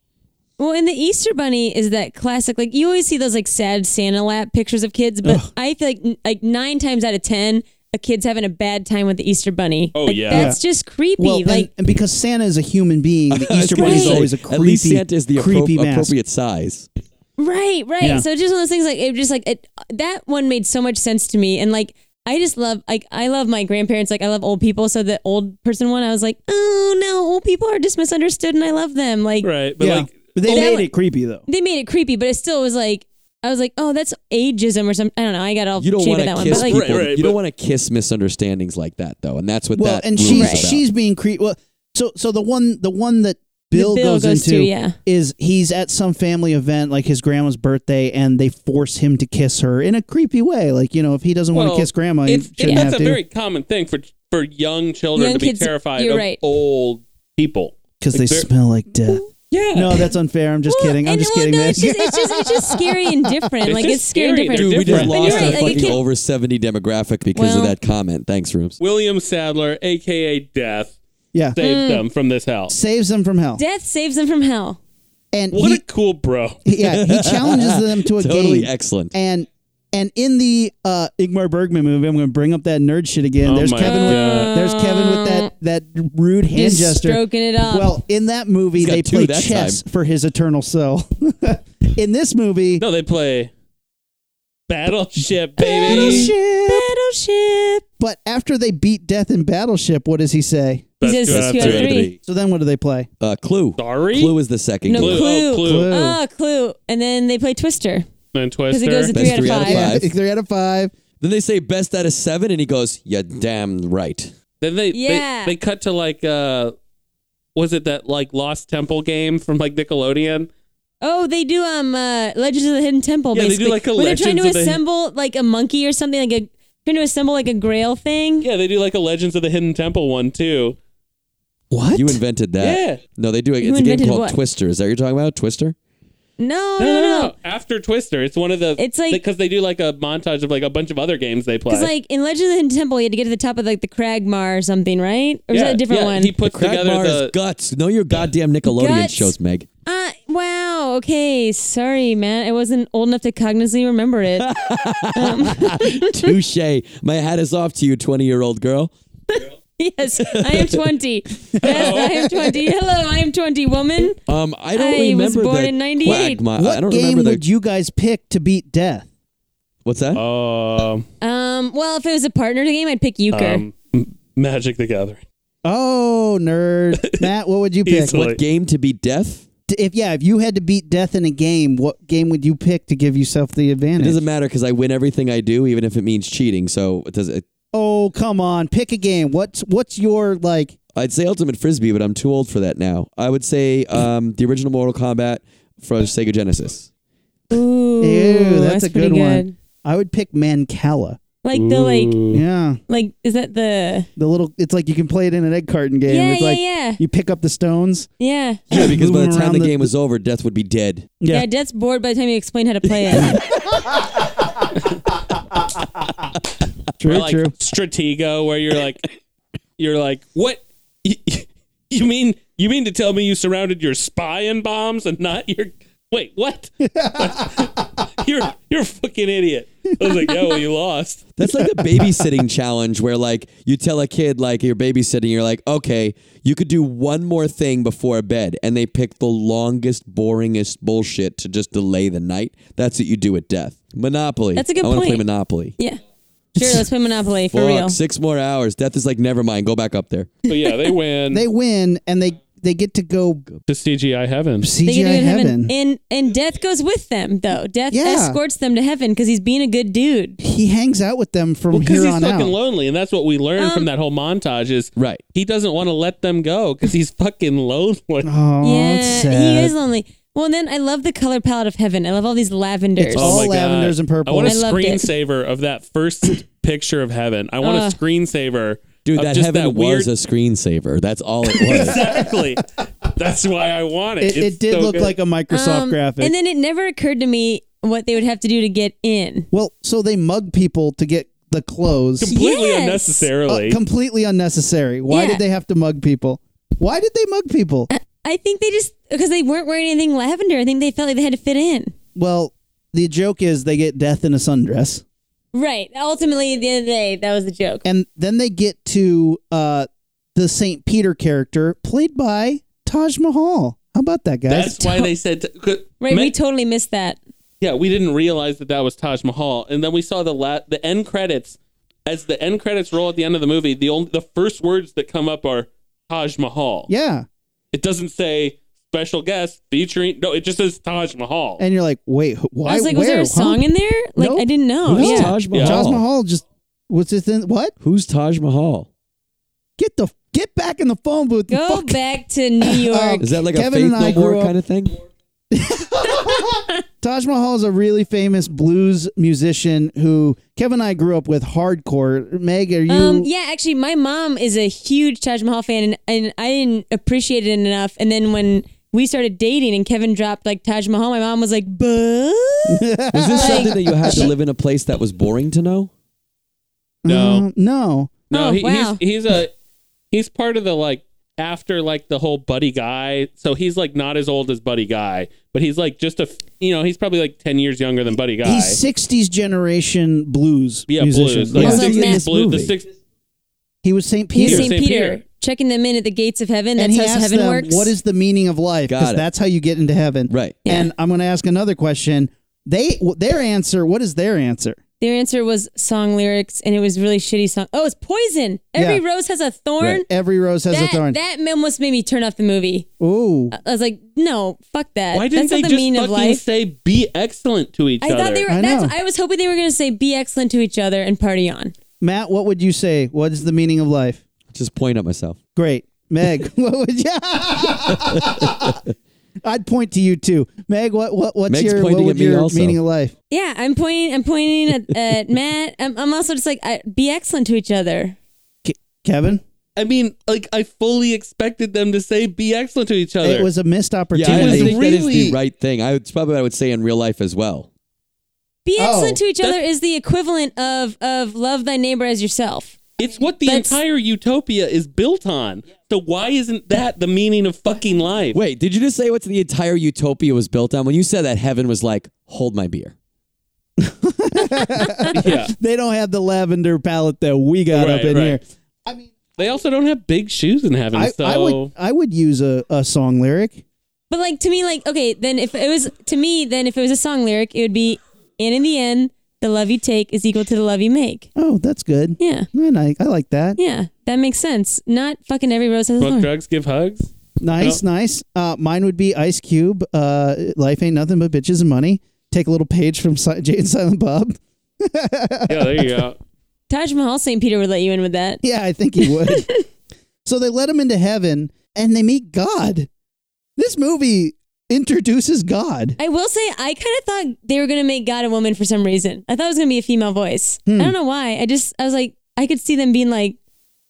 Well, and the Easter Bunny is that classic. Like you always see those like sad Santa lap pictures of kids, but I feel like n- like nine times out of ten, a kid's having a bad time with the Easter Bunny.
Oh,
Like,
yeah.
that's just creepy.
Well, and-
like
and, because Santa is a human being, the
I was
Easter
gonna
Bunny is
Right.
always a creepy,
At least Santa is the appro-
creepy mask.
appropriate size.
Right, right.
Yeah.
So it's just one of those things like it just like it, that one made so much sense to me and like I just love like I love my grandparents like I love old people so the old person one I was like oh no old people are just misunderstood and I love them like
Right, but
yeah,
like
but they
That
made
one-
it creepy though.
they made it creepy but it still was like I was like oh that's ageism or something I don't know I got all
You don't
shade
want
with that
to
one but
kiss
like
people.
Right,
you
right,
don't
but-
want to kiss misunderstandings like that, though, and that's what
Well,
that.
and
room
she's
is about.
she's being creepy. Well, so so the one the one that Bill,
Bill goes to,
into
yeah.
is he's at some family event like his grandma's birthday, and they force him to kiss her in a creepy way. Like you know, if he doesn't want
Well,
to kiss grandma, he
it's- it-
shouldn't
that's
have to.
a very common thing for for young children
Young
to be
kids,
terrified
you're
of
right.
old people.
because they
Like, they're-
smell like death.
Yeah,
No, that's unfair. I'm just
Well,
kidding. I'm
and
just
well,
kidding.
no,
man.
it's, just, it's just it's just scary and different
It's
like
just
it's scary and
scary.
different
Dude,
They're
we just
different.
But
lost
you're
our
right, like, it
fucking
can-
over 70 demographic because
Well-
of that comment. Thanks, Rooms.
William Sadler, aka Death,
yeah,
saved
Hmm.
them from this hell.
saves them from hell.
death saves them from hell
And
What
he,
a cool bro!
yeah, he challenges them to a
Totally
game.
excellent.
and and in the uh, Igmar Bergman movie, I'm going to bring up that nerd shit again.
Oh
there's
my
Kevin. With,
God.
there's Kevin with that that rude hand
Just
gesture.
stroking it up.
Well, in that movie,
got
they
two
play
that
chess for his eternal soul. in this movie,
No, they play Battleship, baby.
battleship.
battleship
But after they beat death in battleship, what does he say?
he says
That's two out
that's
of
two out of
three.
three.
So then, what do they play?
Uh, Clue.
Sorry?
Clue is the second
No,
game.
Clue.
Clue, oh, Clue.
Ah, clue. And then they play Twister
And
because it goes
Best
to
Twister.
three out of
three out of
five.
Yeah,
Five.
three out of five.
Then they say best out of seven, and he goes, "You're damn right."
Then they, they-
Yeah.
they cut to like uh, was it that like Lost Temple game from like Nickelodeon?
Oh, they do um uh, Legends of the Hidden Temple.
Yeah, they
basically.
do like a
Where they're trying to
Legends of the-
assemble like a monkey or something, like a trying to assemble like a Grail thing.
Yeah, they do like a Legends of the Hidden Temple one too.
What?
You invented that.
Yeah.
No, they do it.
You
It's a game
invented
called
what?
Twister. Is that what you're talking about? Twister?
No, no,
No,
Oh, no, no.
After Twister, it's one of the.
It's like-
because they do like a montage of like a bunch of other games they play.
Because like in Legends of the Hidden Temple, you had to get to the top of like the Kragmar or something, right? Or is that a different
yeah,
one?
He puts together
Kragmar's
the.
guts. Know your goddamn Nickelodeon
Guts.
shows, Meg.
uh, wow. Okay, sorry, man. I wasn't old enough to cognizantly remember it.
Touche. My hat is off to you, 20 year old girl.
yes, I am twenty. Yes, I am twenty. Hello, I am twenty, woman.
Um, I don't
I was
remember
born
the
in 98.
Quagmire-
What
I don't
game
remember the.
would you guys pick to beat death?
what's that?
Um,
Um, well, if it was a partner game, I'd pick Euchre.
um, M- Magic the Gathering.
Oh, nerd. Matt, what would you pick?
Easily.
what game to be deaf?
if yeah, if you had to beat death in a game, what game would you pick to give yourself the
It
advantage?
doesn't matter because I win everything I do, even if it means cheating. So it does. It,
oh, come on, pick a game. What's what's your like?
I'd say Ultimate Frisbee, but I'm too old for that now. I would say um, the original Mortal Kombat for Sega Genesis.
Ooh,
Ew, that's,
that's,
a
pretty
good,
good,
one. I would pick Mancala.
Like the like
Yeah,
like is that the
the little. It's like you can play it in an egg carton game.
Yeah,
it's
yeah,
like
yeah.
you pick up the stones.
yeah.
Yeah, because by
Moving
the time
around
the,
the-
game was over, Death would be dead.
Yeah, Death's bored by the time you explain how to play it.
true,
Or like
true.
Stratego, where you're like, you're like, what? You, you mean you mean to tell me you surrounded your spy in bombs and not your? Wait, what? you're you're a fucking idiot. I was like, yo, you lost.
That's like a babysitting challenge where, like, you tell a kid, like, you're babysitting, you're like, okay, you could do one more thing before bed. And they pick the longest, boringest bullshit to just delay the night. That's what you do at Death. Monopoly.
That's a good
I wanna play
point.
Monopoly.
yeah. Sure, let's play Monopoly for
Fuck,
real.
six more hours. Death is like, never mind, go back up there.
But yeah, they win.
They win and they they get to go
to CGI heaven.
They
CGI
get to go to heaven.
heaven.
And and death goes with them though. Death
Yeah.
escorts them to heaven because he's being a good dude.
He hangs out with them from
Well, because
here
he's
on
fucking
out.
lonely, and that's what we learned from that whole montage is
Right.
he doesn't want to let them go because he's fucking lonely.
oh,
yeah,
that's sad.
he is lonely. Well, and then I love the color palette of heaven. I love all these lavenders.
It's all- lavenders and purples.
Oh I want a
I loved it.
screensaver of that first picture of heaven. I want
Uh.
Ugh.
a screensaver.
Dude,
of
that
Uh, just
heaven
that weird...
was a screensaver. That's all it was.
exactly. That's why I want it.
it,
It's
it did
so
look
good.
like a Microsoft
Um,
graphic.
And then it never occurred to me what they would have to do to get in.
well, so they mug people to get the clothes.
completely
Yes.
unnecessarily.
Uh, completely unnecessary. Why
Yeah.
did they have to mug people? Why did they mug people?
I think they just because they weren't wearing anything lavender. I think they felt like they had to fit in.
Well, the joke is they get death in a sundress,
Right. Ultimately, at the end of the day, that was the joke.
and then they get to uh, the Saint Peter character played by Taj Mahal. How about that, guys?
That's why they said. To, could-
Right.
me-
we totally missed that.
yeah, we didn't realize that that was Taj Mahal, and then we saw the la- the end credits. As the end credits roll at the end of the movie, the only the first words that come up are Taj Mahal.
yeah,
It doesn't say special guest featuring. No, it just says Taj Mahal.
and you're like, wait, wh- why?
I was like, was
where,
there a
huh?
song in there? Like,
Nope.
I didn't know.
Who's
Oh, yeah.
Taj Mahal?
Taj Mahal just was this in what?
Who's Taj Mahal?
Get the get back in the phone booth. and
Go
fuck-
back to New York.
Is that like
Kevin
a
and I
Faith No More
grew up-
kind of thing?
Taj Mahal is a really famous blues musician who Kevin and I grew up with hardcore. Meg, are you?
Um, yeah, actually, my mom is a huge Taj Mahal fan, and, and I didn't appreciate it enough. And then when we started dating, and Kevin dropped like Taj Mahal, my mom was like, "Buh."
Was this
Like-
something that you had to live in a place that was boring to know?
No.
Uh, no.
No,
Oh,
he,
wow.
he's he's a he's part of the like after like the whole Buddy Guy. So he's like not as old as Buddy Guy, but he's like just a f- you know he's probably like ten years younger than Buddy Guy.
He's 60s generation blues
yeah,
musician.
blues. Like
Yeah.
Yeah.
Also
six,
Matt-
blue, the
movie.
six,
Uh,
He was St.
He was
Peter.
Saint
Saint
Peter,
Peter.
checking them in at the gates of heaven.
and
That's
he
how
asked
heaven
them,
works.
what is the meaning of life?
Got
Because
it.
that's how you get into heaven.
Right.
And I'm going to ask another question. They w- Their answer, what is their answer?
Their answer was song lyrics, and it was really shitty song. Oh, it's poison. Every
Yeah.
rose has a thorn.
Right.
Every rose has
That,
a thorn.
that Uh, almost made me turn off the movie.
Ooh.
I was like, no, fuck that.
Why
That's
didn't
not
they
the
just
meaning of
fucking
life.
say be excellent to each
I
other?
thought they were.
I
that's,
know.
I was hoping they were going to say be excellent to each other and party on.
Matt, what would you say? What is the meaning of life?
Just point at myself.
Great. Meg, what would you? I'd point to you too. Meg, what, what what's
Meg's
your what
pointing
would
at me
your
also.
meaning of life?
Yeah, I'm pointing. I'm pointing at, at Matt. I'm, I'm also just like, I, be excellent to each other.
Ke- Kevin?
I mean, like I fully expected them to say be excellent to each other.
It was a missed
Yeah,
opportunity.
I
was
think that is the
really-
right thing. I would, it's probably what I would say in real life as well.
Be
Oh,
excellent to each other is the equivalent of of love thy neighbor as yourself.
it's what the
That's-
entire utopia is built on. So why isn't that the meaning of fucking life?
Wait, did you just say what the entire utopia was built on? When you said that, heaven was like, hold my beer.
yeah.
they don't have the lavender palette that we got
Right,
up in
right.
here.
They also don't have big shoes in heaven.
I,
so
I would I would use a, a song lyric.
But like to me, like okay, then if it was to me, then if it was a song lyric, it would be, and in the end, the love you take is equal to the love you make.
Oh, that's good.
Yeah,
Man, I, I like that.
yeah, that makes sense. Not fucking every rose has a
Smoke
thorn.
drugs, give hugs.
Nice, nice. Uh, mine would be Ice Cube. Uh, life ain't nothing but bitches and money. Take a little page from si- Jay and Silent Bob.
Yeah, there you go.
Taj Mahal, Saint Peter would let you in with that.
Yeah, I think he would. so they let him into heaven and they meet God. This movie introduces God.
I will say, I kind of thought they were going to make God a woman for some reason. I thought it was going to be a female voice.
Hmm.
I don't know why. I just, I was like, I could see them being like,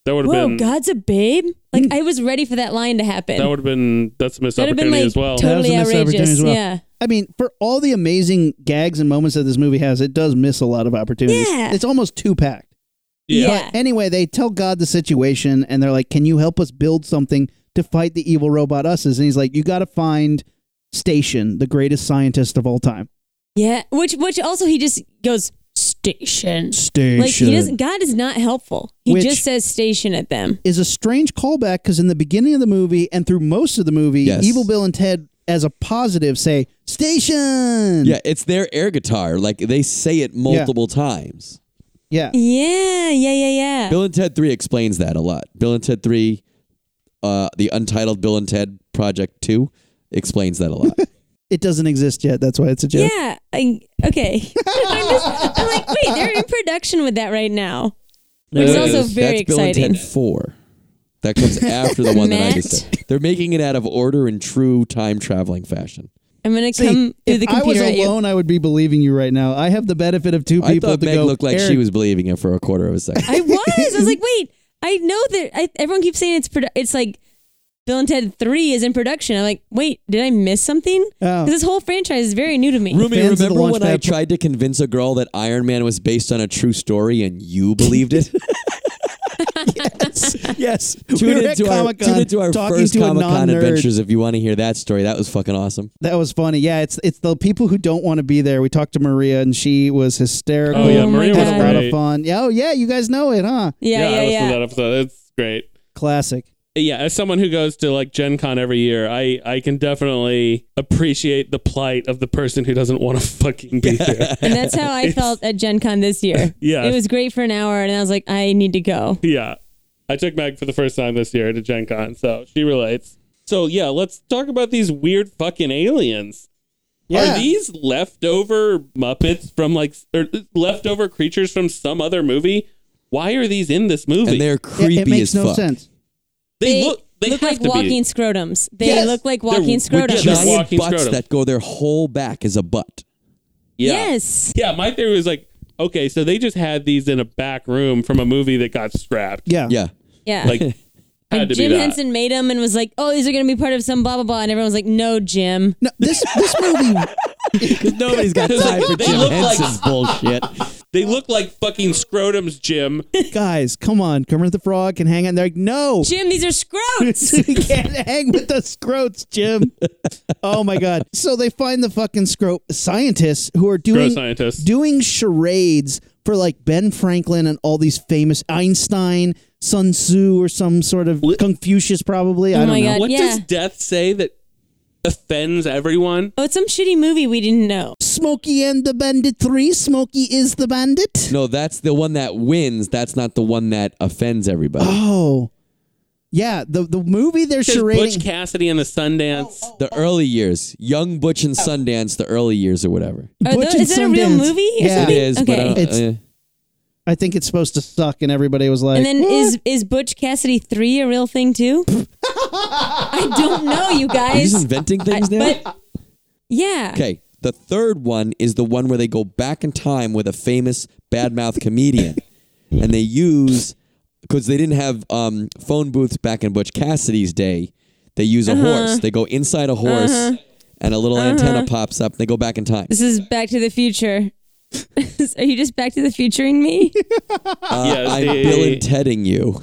That would have
whoa,
been.
God's a babe? Like,
Hmm.
I was ready for that line to happen.
That would have been. That's a missed
That'd have
opportunity
been like
as well.
That was a
totally
missed opportunity
outrageous.
as well.
Yeah.
I mean, for all the amazing gags and moments that this movie has, it does miss a lot of opportunities.
Yeah.
It's almost two packed.
Yeah.
Anyway, they tell God the situation and they're like, Can you help us build something to fight the evil robot us's? And he's like, You got to find Station, the greatest scientist of all time.
Yeah. Which, which also he just goes, station.
Station.
Like, he doesn't, God is not helpful. He
Which-
just says station at them.
is a strange callback because in the beginning of the movie and through most of the movie,
Yes.
Evil Bill and Ted, as a positive, say "station."
Yeah, it's their air guitar. Like they say it multiple times.
yeah.
Yeah. Yeah. Yeah. Yeah.
Bill and Ted 3 explains that a lot. Bill and Ted 3 uh, the Untitled Bill and Ted Project Two explains that a lot.
It doesn't exist yet. That's why it's a joke.
Yeah. I, okay. I'm, just, I'm like, wait, they're in production with that right now. Which is
That
also
is-
very
that's Bill
exciting.
and Ted Four. That comes after the one that I just said. They're making it out of order in true time traveling fashion.
I'm gonna
See,
come through
if
the
I was
computer at you.
alone, I would be believing you right now. I have the benefit of two
I
people
thought
to
Meg
go.
looked like she
"Eric,
was believing it for a quarter of a second.
I was. I was like, wait. I know that I, everyone keeps saying it's produ- it's like Bill and Ted Three is in production. I'm like, wait, did I miss something?
Oh.
'Cause this whole franchise is very new to me.
Rumi,
fans of the
remember when I
Launchpad-
tried to convince a girl that Iron Man was based on a true story and you believed it?
yes. we
tune,
were at
into our,
Comic-Con
tune into our
talking
first
to a
Comic Con
non-nerd.
adventures if you want to hear that story. That was fucking awesome.
That was funny. Yeah, it's it's the people who don't want to be there. We talked to Maria and she was hysterical.
Oh, yeah,
Oh my
Maria was
Had a lot of
great.
fun. Yeah, Oh yeah, you guys know it, huh?
yeah, yeah,
I
yeah.
listened to that episode. It's great.
Classic.
Yeah, as someone who goes to like Gen Con every year, I I can definitely appreciate the plight of the person who doesn't want to fucking be there.
And that's how I felt at Gen Con this year.
Yeah.
It was great for an hour, and I was like, I need to go.
Yeah. I took Meg for the first time this year to Gen Con, so she relates. So yeah, let's talk about these weird fucking aliens.
Yeah.
Are these leftover Muppets from like or leftover creatures from some other movie? Why are these in this movie?
And they're
Yeah,
creepy
it makes
as
no
fuck.
sense.
they, look they have
like
to
walking
be.
scrotums. They
Yes.
look like
They're
walking
With
scrotums.
Yeah, they're
giant
walking
butts
scrotum.
that go their whole back is a butt.
Yeah.
Yes.
Yeah, my theory was like, okay, so they just had these in a back room from a movie that got scrapped.
Yeah.
Yeah.
Yeah.
Like had
and
to
Jim
be that.
Henson made them and was like, "Oh, these are going to be part of some blah blah blah," and everyone was like, "No, Jim."
No, this this movie
Because nobody's got time for
They
Jim
look like-
Henson's bullshit.
They look like fucking scrotums, Jim.
guys, come on, Kermit the Frog can hang on. They're like, no,
Jim, these are scrotes.
you can't hang with the scrotes, Jim. Oh my god! So they find the fucking scrote scientists who are doing
Scrote scientists.
doing charades for like Ben Franklin and all these famous Einstein, Sun Tzu, or some sort of Confucius, probably. I
Oh
don't
my
know.
God.
What
Yeah.
does death say that offends everyone?
oh, it's some shitty movie we didn't know.
Smokey and the Bandit Three. Smokey is the bandit.
No, that's the one that wins. That's not the one that offends everybody.
Oh, yeah. The the movie they're
There's Butch
charading.
Cassidy and the Sundance.
The early years, Young Butch
Oh.
and Sundance, the early years or whatever.
Butch
Are tho-
and
is that a real
Sundance.
movie? Or
Yeah.
something?
It is,
Okay.
but uh,
It's-
uh,
I think it's supposed to suck, and everybody was like,
and then
"What?"
is is Butch Cassidy three a real thing too? I don't know, you
are you just
guys. Uh,
inventing things now?
But yeah,
Okay. The third one is the one where they go back in time with a famous badmouth comedian, and they use because they didn't have um, phone booths back in Butch Cassidy's day. They use a horse. They go inside a horse, and a little antenna pops up. They go back in time.
this is Back to the Future. are you just Back to the Futuring me?
Uh,
Yeah,
I'm
they-
Bill and Tedding you.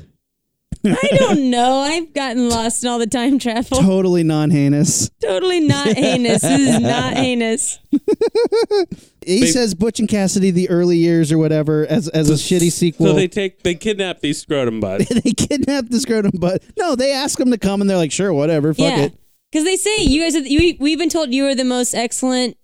I don't know. I've gotten lost in all the time travel.
totally non heinous.
Totally not heinous. This is not heinous.
He says Butch and Cassidy the early years or whatever as as a shitty sequel.
So they take they kidnap these scrotum buds.
they kidnap the scrotum, but no, they ask him to come, and they're like, sure, whatever, fuck
yeah,
it.
because they say you guys. Are, you, we've been told you are the most excellent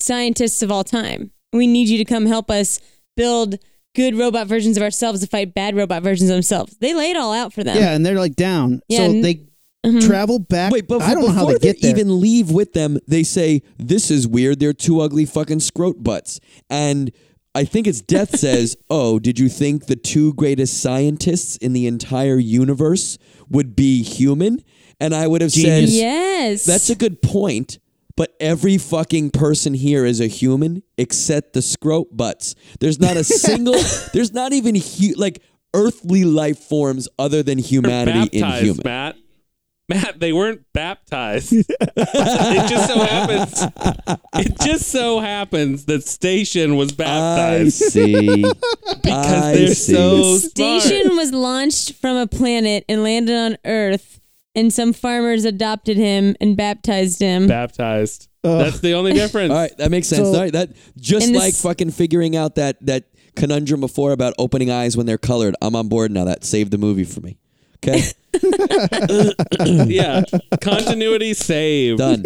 scientists of all time. We need you to come help us build good robot versions of ourselves to fight bad robot versions of themselves. They lay it all out for them.
Yeah, and they're like down.
Yeah,
so
and- mm-hmm.
they travel back.
Wait, but
I don't know how
before
they get there.
even leave with them, they say, This is weird. They're two ugly fucking scrote butts. And I think it's Death says, Oh, did you think the two greatest scientists in the entire universe would be human? And I would have said,
Genius.
Yes.
That's a good point. But every fucking person here is a human except the scrote butts. There's not a single, there's not even hu- like earthly life forms other than
They're
humanity in
baptized,
human.
Matt. Matt, they weren't baptized. it just so happens. It just so happens that Station was
I
baptized
see.
because
I
they're
see.
so smart.
Station was launched from a planet and landed on Earth, and some farmers adopted him and baptized him.
baptized. That's the only difference.
All right, that makes sense.
So-
All right, that just
And
like
this-
fucking figuring out that that conundrum before about opening eyes when they're colored. I'm on board now. That saved the movie for me. Okay,
Yeah, continuity saved.
done.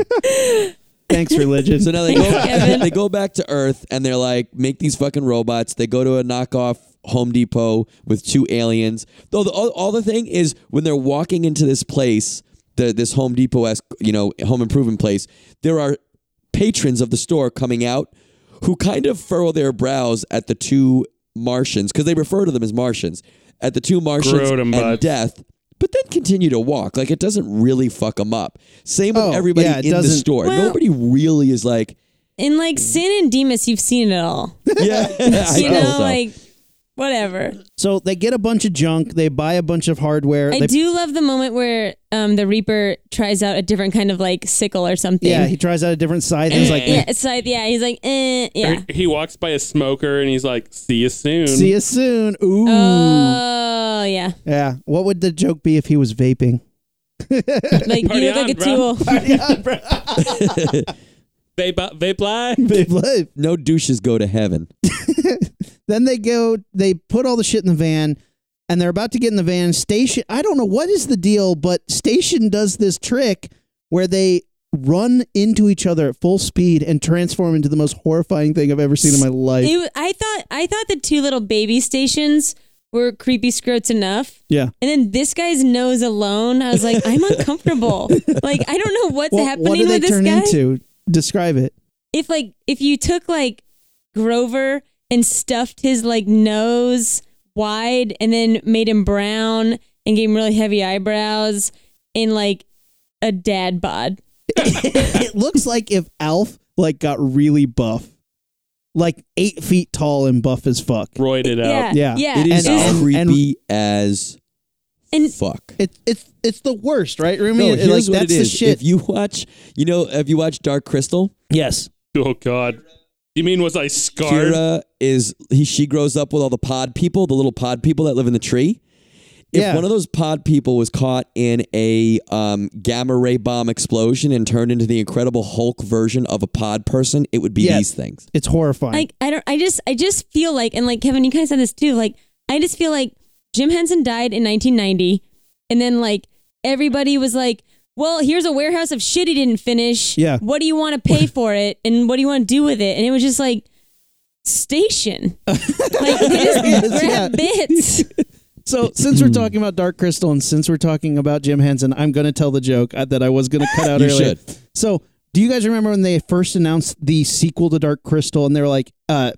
Thanks, religion.
So now they go
Kevin.
they go back to Earth and they're like, make these fucking robots. They go to a knockoff Home Depot with two aliens. Though the all, all the thing is when they're walking into this place, the this Home Depot esque you know home improvement place, there are patrons of the store coming out who kind of furrow their brows at the two Martians because they refer to them as Martians at the two Martians
Grow 'em,
and
bud.
death. But then continue to walk. Like it doesn't really fuck them up. Same with
Oh,
everybody
yeah, it
in the
doesn't-
store.
Well-
Nobody really is like,
In like San and Demas, you've seen it all.
yeah, I
You
guess
know,
so.
like whatever.
So they get a bunch of junk. They buy a bunch of hardware.
I
they,
do love the moment where um, the Reaper tries out a different kind of like sickle or something.
Yeah, he tries out a different side. And he's like, eh.
yeah, it's like yeah, he's like, eh, yeah.
He- He walks by a smoker and he's like, "See you soon."
"See you soon." Ooh,
Oh
mm.
yeah,
yeah. What would the joke be if he was vaping?
like
Party
you look
on,
like a
bro.
tool.
Vape, vape lie.
Vape life.
No douches go to heaven.
Then they go. They put all the shit in the van, and they're about to get in the van. Station. I don't know what is the deal, but Station does this trick where they run into each other at full speed and transform into the most horrifying thing I've ever seen in my life.
It, wa- I thought I thought the two little baby stations were creepy scrotes enough.
yeah.
And then this guy's nose alone, I was like, I'm uncomfortable. like I don't know what's
Well,
happening
what do they
with this
turn
guy.
into? Describe it.
If like if you took like Grover and stuffed his like nose wide and then made him brown and gave him really heavy eyebrows and like a dad bod.
it looks like if Alf like got really buff, like eight feet tall and buff as fuck.
Roided
Yeah.
out.
Yeah.
Yeah.
It is
and,
and-
creepy as
and
fuck.
It, it's it's the worst, right? Rumi?
No,
It-
here's
like
what
that's
it
the
is.
shit.
If you watch, you know, have you watched Dark Crystal?
yes.
Oh God. You mean was I scarred?
Kira is he, she grows up with all the pod people, the little pod people that live in the tree. If
Yeah.
one of those pod people was caught in a um, gamma ray bomb explosion and turned into the Incredible Hulk version of a pod person, it would be
Yeah.
these things.
It's horrifying.
like I don't I just I just feel like and like Kevin you kind of said this too like I just feel like Jim Henson died in 1990 and then like everybody was like well here's a warehouse of shit he didn't finish
Yeah.
what do you want to pay for it and what do you want to do with it and it was just like station like they just grab
yeah.
bits
so since we're talking about Dark Crystal and since we're talking about Jim Henson, I'm gonna tell the joke uh, that I was gonna cut out
You
earlier.
should.
So do you guys remember when they first announced the sequel to Dark Crystal and they were like, uh,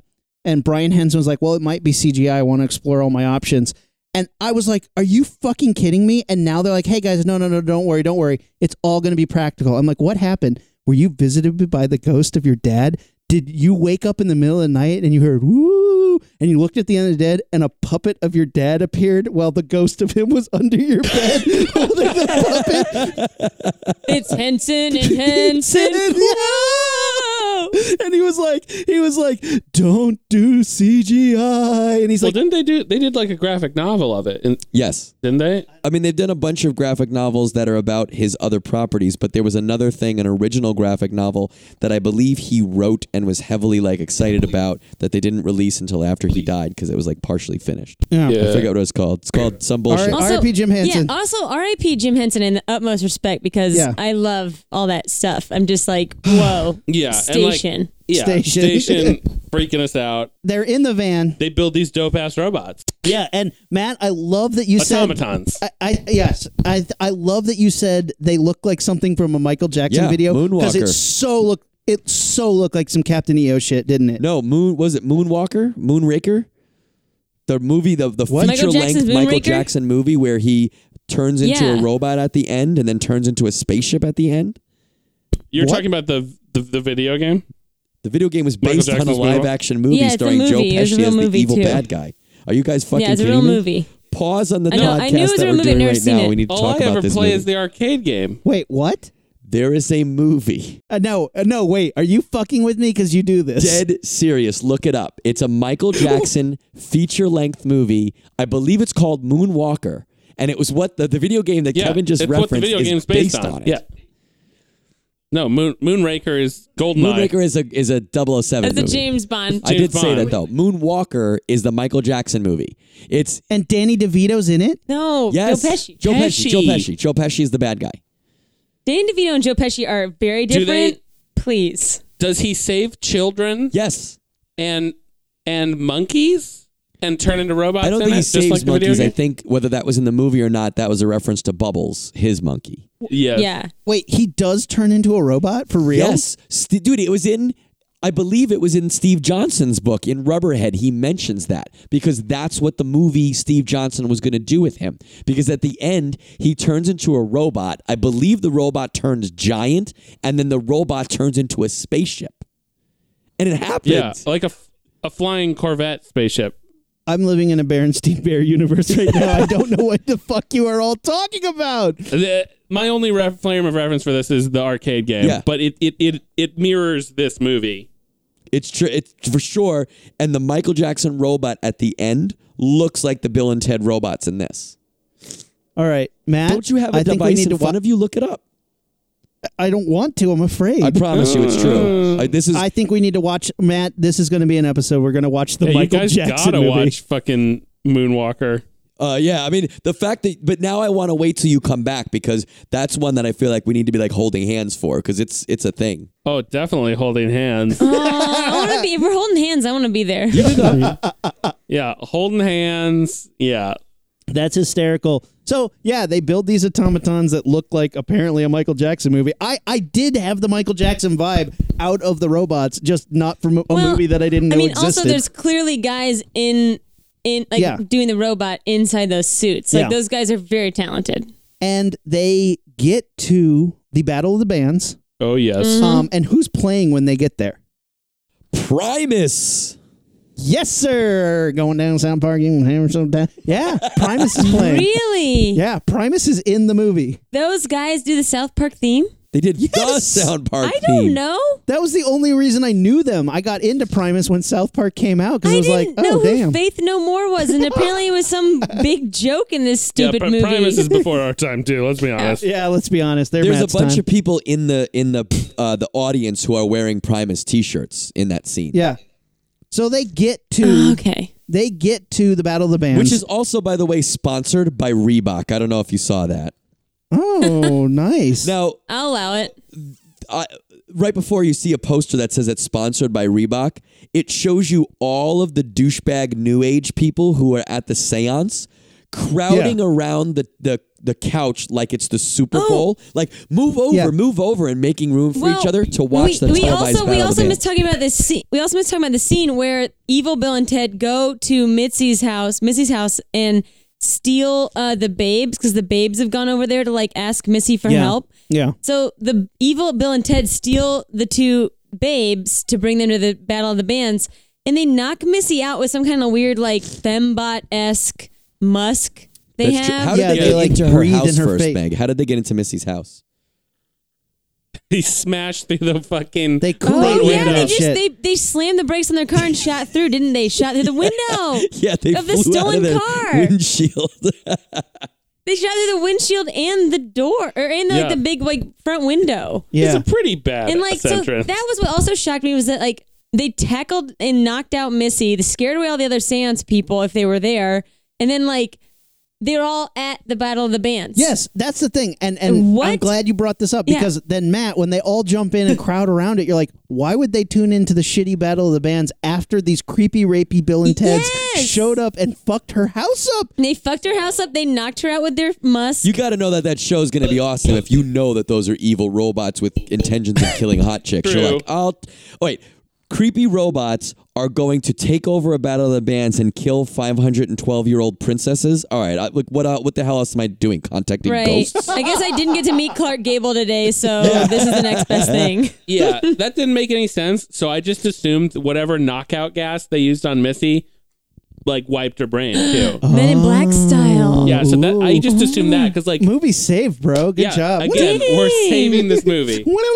and Brian Henson was like, well, it might be CGI. I want to explore all my options. And I was like, are you fucking kidding me? And now they're like, hey guys, no, no, no, don't worry, don't worry. It's all going to be practical. I'm like, what happened? Were you visited by the ghost of your dad? Did you wake up in the middle of the night and you heard woo and you looked at the end of the dead and a puppet of your dad appeared while the ghost of him was under your bed holding the puppet?
it's Henson and Henson Whoa!
and he was like, he was like, don't do CGI. And he's
Well,
like,
didn't they do? They did like a graphic novel of it, and
Yes.
didn't they?
I mean, they've done a bunch of graphic novels that are about his other properties, but there was another thing, an original graphic novel that I believe he wrote and was heavily like excited about that they didn't release until after he died because it was like partially finished. I forget what it was called. It's called some bullshit.
All right. R.I.P. Jim Henson.
Yeah, also R.I.P. Jim Henson in the utmost respect because
Yeah.
I love all that stuff. I'm just like, whoa.
Yeah, and, like-
Station.
Yeah,
Station.
station freaking us out.
they're in the van.
They build these dope ass robots,
Yeah. And Matt, I love that you said.
automatons.
I, I yes I I love that you said they look like something from a Michael Jackson
Yeah,
video
Moonwalker.
it so look it so looked like some Captain EO shit didn't it?
No, Moon was it Moonwalker? Moonraker? The movie, the the
What?
feature
Michael
length
Jackson's
Michael
Moonraker?
Jackson movie where he turns into a
Yeah.
robot at the end and then turns into a spaceship at the end.
You're
What?
talking about the, the the video game.
The video game was
Michael
based on a
Jackson's
live
Moonwalk?
action movie
Yeah, it's a
starring Joe
movie. It was a
Pesci
real
as the
movie,
evil
too.
bad guy. Are you guys fucking
Yeah, it's a
kidding
real
me?
movie.
Pause on the
I know- I
podcast
knew it was a
that
real
we're
movie.
doing
I've never
right
seen
now.
it.
We need to
All
talk
I ever
about this
play
movie.
is the arcade game.
Wait, what?
there is a movie.
Uh, no, uh, no, wait. Are you fucking with me cuz you do this?
Dead serious. Look it up. It's a Michael Jackson feature length movie. I believe it's called Moonwalker. And it was what the, the video game that
Yeah,
Kevin just
it's
referenced
what the video
is
game's based, on.
it.
Yeah. No, Moon Moonraker is Goldeneye.
Moonraker is a is a 007
That's a
movie.
James Bond.
I did
James
say that
Bond.
though. Moonwalker is the Michael Jackson movie. It's
And Danny DeVito's in it?
no,
yes,
Joe Pesci.
Joe Pesci.
Pesci.
Joe Pesci. Joe Pesci is the bad guy.
Dan DeVito and Joe Pesci are very
Do they-
different. Please.
Does he save children
Yes.
and and monkeys? and turn into robots?
I don't
in
think
it,
he
Uh, just
saves
like the video
monkeys. I
game?
think whether that was in the movie or not, that was a reference to Bubbles, his monkey.
yeah.
Yeah.
Wait, he does turn into a robot for real?
Yes, St- dude, it was in. I believe it was in Steve Johnson's book in Rubberhead. He mentions that because that's what the movie Steve Johnson was going to do with him. Because at the end, he turns into a robot. I believe the robot turns giant, and then the robot turns into a spaceship. And it happens.
Yeah, like a, f- a flying Corvette spaceship.
I'm living in a Berenstein Bear universe right now. I don't know what the fuck you are all talking about.
The, my only ref- frame of reference for this is the arcade game,
Yeah.
but it, it, it, it mirrors this movie.
It's true. It's for sure. And the Michael Jackson robot at the end looks like the Bill and Ted robots in this.
All right, Matt.
Don't you have a
I think we
device
need
in
to wa-
front of you? Look it up.
I don't want to. I'm afraid.
I promise you, it's true. I, this is
I think we need to watch Matt. This is going to be an episode. We're going to watch the
Hey,
Michael
you guys
Jackson
gotta
movie.
watch fucking Moonwalker.
Uh, yeah, I mean the fact that, but now I want to wait till you come back because that's one that I feel like we need to be like holding hands for because it's it's a thing.
Oh, definitely holding hands.
Oh, I want to be. If we're holding hands, I want to be there.
yeah, holding hands. Yeah.
That's hysterical. So yeah, they build these automatons that look like apparently a Michael Jackson movie. I I did have the Michael Jackson vibe out of the robots, just not from a
Well,
movie that I didn't know
I mean,
existed.
also there's clearly guys in in like
Yeah.
doing the robot inside those suits. Like
Yeah.
those guys are very talented.
and they get to the Battle of the Bands.
Oh, yes.
Mm-hmm.
Um, and who's playing when they get there?
Primus,
Yes, sir. Going down Sound Park, you can hammer some down. Yeah, Primus is playing.
Really?
Yeah, Primus is in the movie.
Those guys do the South Park theme?
they did the
Yes!
sound park.
I don't
theme.
know.
That was the only reason I knew them. I got into Primus when South Park came out because
I
I was like,
didn't know
oh,
who
damn.
Faith No More was, and apparently it was some big joke in this
Yeah,
stupid
Pri-
movie.
Primus is before our time, too. Let's be honest.
yeah, let's be honest. They're
There's
Matt's
a bunch
time.
of people in the in the uh, the audience who are wearing Primus T-shirts in that scene.
Yeah. So they get to
Oh, okay.
they get to the Battle of the Bands.
Which is also, by the way, sponsored by Reebok. I don't know if you saw that.
Oh, nice.
Now,
I'll allow it.
I, right before you see a poster that says it's sponsored by Reebok, it shows you all of the douchebag new age people who are at the seance crowding
Yeah.
around the, the, the couch like it's the Super
Oh.
Bowl. Like, move over,
Yeah.
move over, and making room for
Well,
each other to watch
we,
the
we
televised
also
battle.
we
of
also
the
missed
bands.
talking about this scene. We also missed talking about the scene where evil Bill and Ted go to Mitzi's house, Missy's house, and steal uh, the babes because the babes have gone over there to like ask Missy for
yeah.
help.
Yeah.
So the evil Bill and Ted steal the two babes to bring them to the Battle of the Bands, and they knock Missy out with some kind of weird like fembot esque musk they
That's true.
have.
How did
Yeah,
they
they,
get
like,
into her
breathe in
house
her
first,
face.
Meg? How did they get into Missy's house?
He smashed through the fucking.
They
Oh
Kool-Aid
yeah,
window
they just
shit.
they, they slammed the brakes on their car and shot through, didn't they? Shot through the window.
Yeah, they
Of the
flew out
stolen
of their
car.
windshield.
They shot through the windshield and the door, or and like
Yeah.
the big like front window.
It's
yeah.
a pretty bad
and like so
entrance.
that was what also shocked me was that like they tackled and knocked out Missy, they scared away all the other seance people if they were there, and then like they're all at the Battle of the Bands.
Yes, that's the thing. And and I'm
What?
glad you brought this up
Yeah.
because then Matt, when they all jump in and crowd around it, you're like, why would they tune into the shitty battle of the bands after these creepy rapey Bill and Ted's
Yes!
showed up and fucked her house up?
And they fucked her house up. They knocked her out with their musk.
You got to know that that show's going to be awesome if you know that those are evil robots with intentions of killing hot chicks. You're
True.
like, I'll t- wait. Creepy robots are going to take over a battle of the bands and kill 512 year old princesses. All right, I, like what? Uh, what the hell else am I doing? Contacting
right.
ghosts?
I guess I didn't get to meet Clark Gable today, so this is the next best thing.
yeah, that didn't make any sense. So I just assumed whatever knockout gas they used on Missy, like wiped her brain too.
Oh.
Men in Black style.
yeah, so that I just assumed that because like
Movie saved, bro. Good
yeah,
job.
again, we're saving this movie.
What-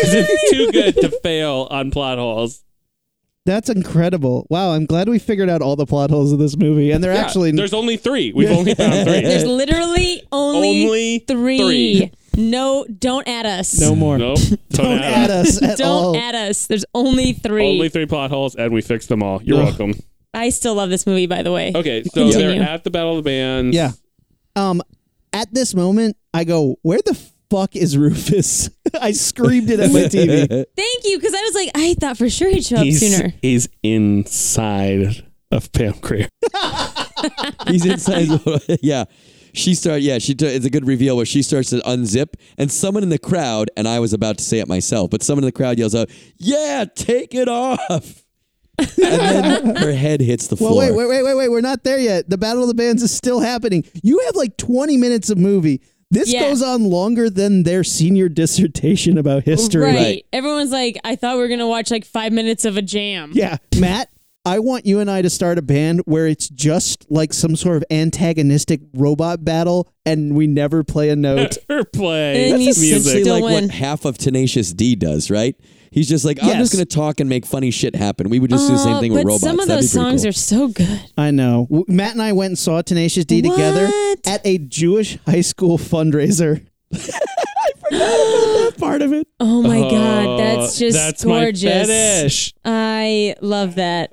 'Cause it's too good to fail on plot holes.
That's incredible. Wow, I'm glad we figured out all the plot holes of this movie. And they're
Yeah,
actually
there's only three. We've only found three.
There's literally only,
Only
three.
three.
No, don't add us.
no more.
Nope.
Don't add us at
Don't
all.
add us. There's only three.
Only three plot holes, and we fixed them all. You're
Ugh.
welcome.
I still love this movie, by the way.
Okay, so
Continue.
they're at the Battle of the Bands.
Yeah. Um, at this moment, I go, where the fuck is Rufus? I screamed it at my TV.
Thank you, because I was like, I thought for sure he'd show up
He's,
sooner.
he's inside of Pam Grier.
He's inside. yeah. She started, yeah, she t- it's a good reveal where she starts to unzip, and someone in the crowd, and I was about to say it myself, but someone in the crowd yells out, Yeah, take it off. and then her head hits the
Well,
floor.
wait, wait, wait, wait, wait. We're not there yet. The Battle of the Bands is still happening. You have like 20 minutes of movie. This
Yeah.
goes on longer than their senior dissertation about history.
Right.
Right.
Everyone's like, I thought we were gonna watch like five minutes of a jam.
Yeah. Matt, I want you and I to start a band where it's just like some sort of antagonistic robot battle and we never play a note.
Her play
And you
music.
still-
Essentially, like
win.
what half of Tenacious D does, right? He's just like, I'm
Yes.
just going to talk and make funny shit happen. We would just do the same
Uh,
thing
but
with robots.
some of
That'd
those
be pretty
songs
cool.
are so good.
I know. W- Matt and I went and saw Tenacious D together
What?
at a Jewish high school fundraiser. I forgot about that part of it.
Oh my god,
Uh,
that's just
that's
gorgeous.
My fetish.
I love that.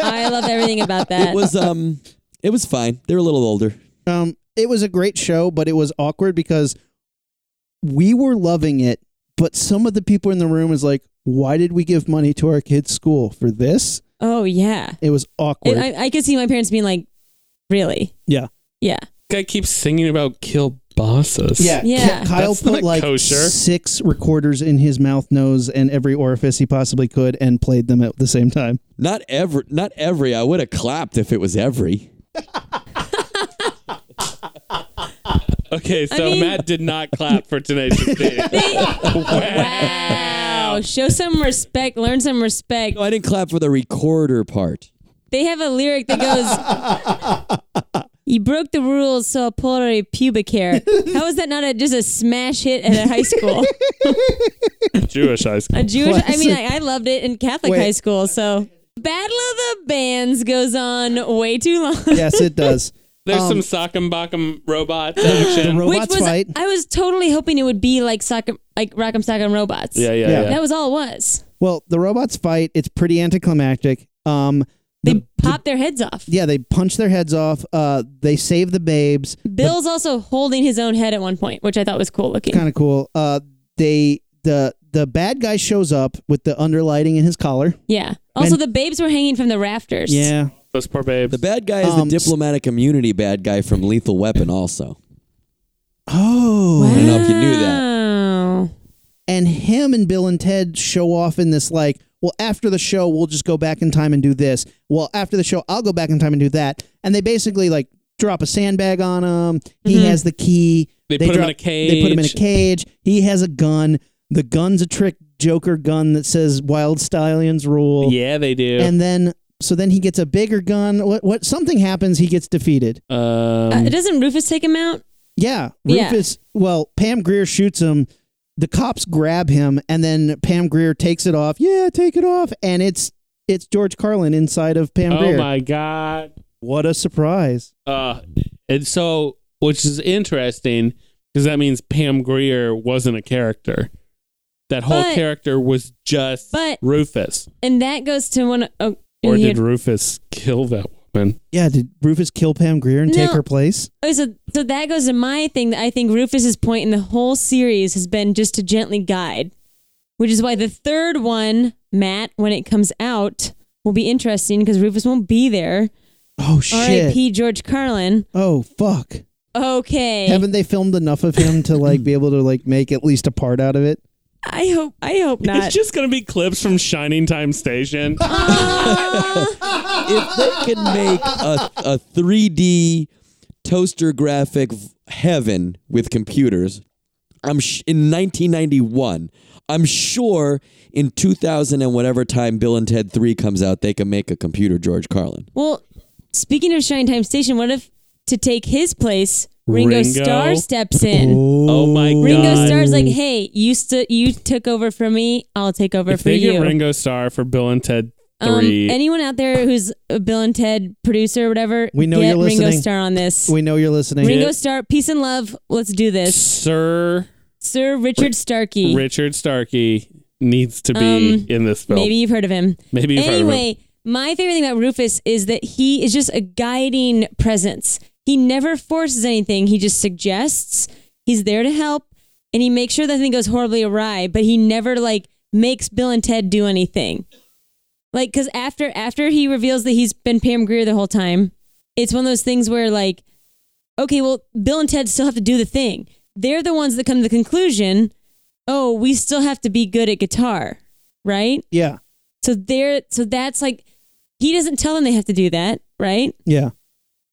I love everything about that.
It was, um, it was fine. They're a little older.
Um, it was a great show, but it was awkward because we were loving it, but some of the people in the room was like, "Why did we give money to our kids' school for this?"
oh yeah.
It was awkward.
And I, I could see my parents being like, really?
yeah,
Yeah.
Guy keeps singing about kill bosses.
Yeah.
Ki- Kyle
That's
put
not
like
kosher.
six recorders in his mouth, nose, and every orifice he possibly could, and played them at the same time.
Not every, not every. I would have clapped if it was every.
Okay, so
mean-
Matt did not clap for Tenacious D.
Wow. Show some respect. Learn some respect.
No, I didn't clap for the recorder part.
They have a lyric that goes, "You broke the rules, so I pulled out a pubic hair." How is that not a, just a smash hit at a high school?
Jewish high school.
A Jewish. I mean,
Classic.
I, I loved it in Catholic
Wait.
high school. So, Battle of the Bands goes on way too long.
yes, it does.
There's
Um,
some sock and bock'em robots action.
Which
Robots
was
fight.
I was totally hoping it would be like sock, like Rock'em Sock'em Robots.
yeah, yeah,
Yeah.
yeah.
That was all it was.
Well, the robots fight. It's pretty anticlimactic. Um,
They
the,
pop their heads off.
yeah, they punch their heads off. Uh, they save the babes.
Bill's also holding his own head at one point, which I thought was cool looking.
Kind of cool. Uh, they the the bad guy shows up with the underlighting in his collar.
Yeah. Also,
And-
the babes were hanging from the rafters.
Those poor babes.
The bad guy is
Um,
the diplomatic immunity bad guy from Lethal Weapon, also.
Oh.
Wow.
I don't know if you knew that.
Oh.
And him and Bill and Ted show off in this like, well, after the show, we'll just go back in time and do this. Well, after the show, I'll go back in time and do that. And they basically like drop a sandbag on him. He has the key.
Mm-hmm. They put him in a
They put him in a
cage.
cage. He has a gun. The gun's a trick Joker gun that says "Wild Stallions rule."
yeah, they do.
and then so then he gets a bigger gun. What what something happens? He gets defeated.
um,
Uh, doesn't Rufus take him out?
Yeah,
Yeah.
Rufus. Well, Pam Greer shoots him. The cops grab him, and then Pam Greer takes it off. Yeah, take it off, and it's it's George Carlin inside of Pam
oh
Greer.
my god.
What a surprise!
Uh, and so, which is interesting because that means Pam Greer wasn't a character. That whole
But-
character was just
but-
Rufus.
And that goes to one. Oh,
Or
he
did
had-
Rufus kill that woman?
Yeah, did Rufus kill Pam Greer and take
No.
her place?
oh, so, so that goes to my thing that I think Rufus's point in the whole series has been just to gently guide, which is why the third one, Matt, when it comes out, will be interesting because Rufus won't be there.
Oh shit!
R.I.P. George Carlin.
Oh fuck!
Okay.
Haven't they filmed enough of him to like be able to like make at least a part out of it?
I hope. I hope not.
It's just gonna be clips from Shining Time Station.
if they could make a, a 3D toaster graphic v- heaven with computers, I'm sh- in 1991. I'm sure in 2000 and whatever time Bill and Ted 3 comes out, they can make a computer George Carlin.
Well, speaking of Shine Time Station, what if to take his place, Ringo,
Ringo?
Starr steps in?
oh my god!
Ringo Starr's like, "Hey, you stu- you took over from me. I'll take over
if
for
they
you."
get Ringo Starr for Bill and Ted
um,
Three,
anyone out there who's a Bill and Ted producer or whatever,
We know
get
you're
Ringo
listening.
Starr on this.
We know you're listening.
Ringo Starr, peace and love. Let's do this.
Sir
Sir Richard Starkey.
Richard Starkey needs to be
Um,
in this film.
Maybe you've heard of him.
Maybe you've heard of him.
anyway, my favorite thing about Rufus is that he is just a guiding presence. He never forces anything. He just suggests. He's there to help, and he makes sure that thing goes horribly awry. But he never like makes Bill and Ted do anything. Like, because after after he reveals that he's been Pam Greer the whole time, it's one of those things where like, okay, well, Bill and Ted still have to do the thing. They're the ones that come to the conclusion, oh, we still have to be good at guitar, right?
Yeah.
So they're so that's like, he doesn't tell them they have to do that, right?
Yeah.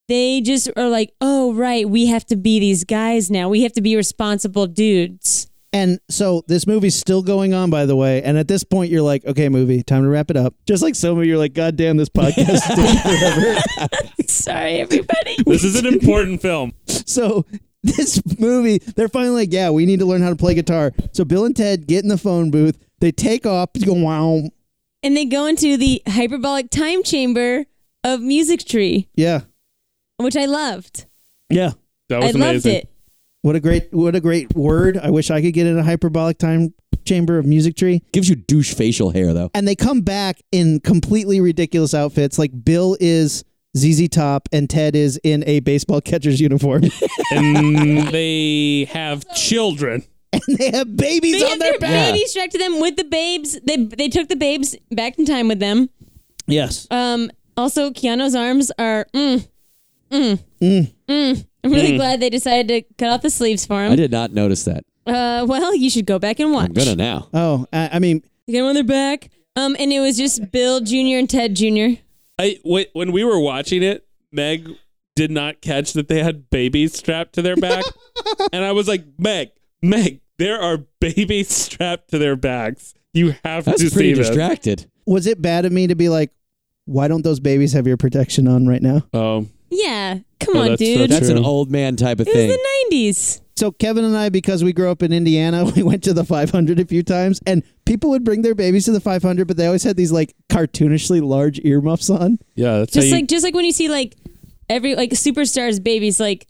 They just are like, oh, right, we have to be these guys now. We have to be responsible dudes.
And so this movie's still going on, by the way. And at this point, you're like, okay, movie, time to wrap it up. Just like Soma, you're like, God damn, this podcast is taking forever.
Sorry, everybody.
This is an important film.
So this movie, they're finally like, yeah, we need to learn how to play guitar. So Bill and Ted get in the phone booth. They take off. You go, wow.
and they go into the hyperbolic time chamber of Music Tree,
Yeah.
which I loved.
Yeah.
That
I
was
loved
amazing.
it.
What a great what a great word. I wish I could get in a hyperbolic time chamber of music tree.
Gives you douche facial hair though.
And they come back in completely ridiculous outfits. Like Bill is ZZ Top and Ted is in a baseball catcher's uniform.
And they have children.
and they have babies
They
on
had
their
their
back.
babies strapped to them with the babes. They they took the babes back in time with them.
Yes.
Um, also, Keanu's arms are mm, mm, mm,
Mm.
I'm really glad they decided to cut off the sleeves for
I
him.
did not notice that.
Uh, well, you should go back and watch.
I'm gonna now.
Oh, I, I mean,
You get them on their back. Um, and it was just Bill Jr. and Ted Jr.
I wh- when we were watching it, Meg did not catch that they had babies strapped to their back, and I was like, Meg, Meg, there are babies strapped to their backs. You have
That's
to
pretty
see this.
distracted.
was it bad of me to be like, why don't those babies have your protection on right now?
Oh,
Yeah, come
Oh,
on,
that's so
dude.
true.
That's an old man type of
it was
thing.
the '90s.
So Kevin and I, because we grew up in Indiana, we went to the 500 a few times, and people would bring their babies to the 500, but they always had these like cartoonishly large earmuffs on.
yeah, that's
Just like just like when you see like every like superstars babies like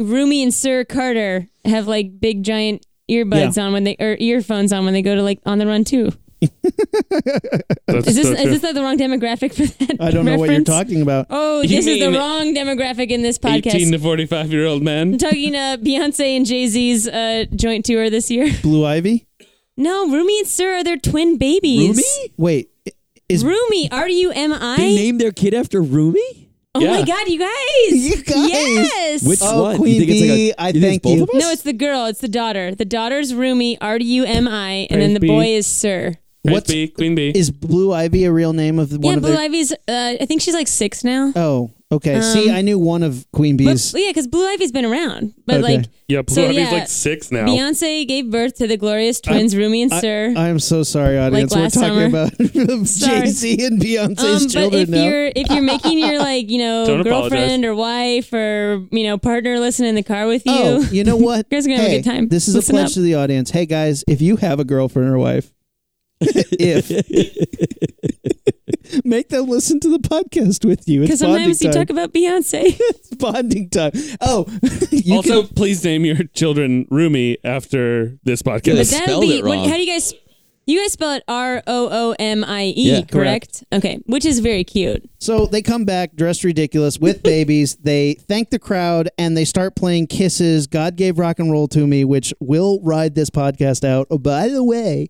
Rumi and Sir Carter have like big giant earbuds on when they or earphones on when they go to like on the run too.
that's
Is this
so
is this not the wrong demographic for that?
I don't know what you're
reference?
talking about.
Oh,
You
this is the
mean
wrong demographic in this
true. eighteen
podcast.
to forty-five year old men.
I'm talking uh, Beyonce and Jay Z's uh, joint tour this year.
Blue Ivy?
No, Rumi and Sir are their twin babies.
Wait, i- is
Rumi, R U M
They
I.
named their kid after Rumi?
Oh my
Yeah.
God, you guys!
You guys.
Yes.
Which
Oh,
one?
Queen
you think it's like
Bee,
a,
I
you think it's
thank
both
you.
Of us?
No, it's the girl. It's the daughter. The daughter's Rumi, R D U M I, and then the
Praise be.
boy is Sir.
What's
what's-
bee, queen bee?
is Blue Ivy a real name of one
yeah,
of
Blue
their?
Ivy's. Uh, I think she's like six now.
Oh, okay. See, I knew one of Queen
Um, but,
Bee's.
yeah, because Blue Ivy's been around, but
Okay.
like
yeah, Blue
so,
Ivy's
yeah,
like six now.
Beyonce gave birth to the glorious twins Rumi and Sir.
I am so sorry, audience.
last
We're
summer.
talking about Jay Z and Beyonce's
um, but
children
if
now.
you're if you're making your like you know
Don't apologize.
girlfriend or wife or you know partner listen in the car with you,
Oh, you know what?
guys are gonna have a
Hey,
good time.
This is
Listen
a pledge
up.
to the audience. Hey guys, if you have a girlfriend or wife, if make them listen to the podcast with you. It's
because
bonding
sometimes you
time.
talk about Beyonce.
it's bonding time. Oh, you
also, please name your children Rumi after this podcast.
They
But that'll
spelled
be
it
what-
wrong.
how do you guys you guys spell it R O O M I
Yeah.
E, correct? Okay. Which is very cute.
So they come back dressed ridiculous with babies. they thank the crowd and they start playing Kisses, God Gave Rock and Roll to Me, which will ride this podcast out. Oh, by the way,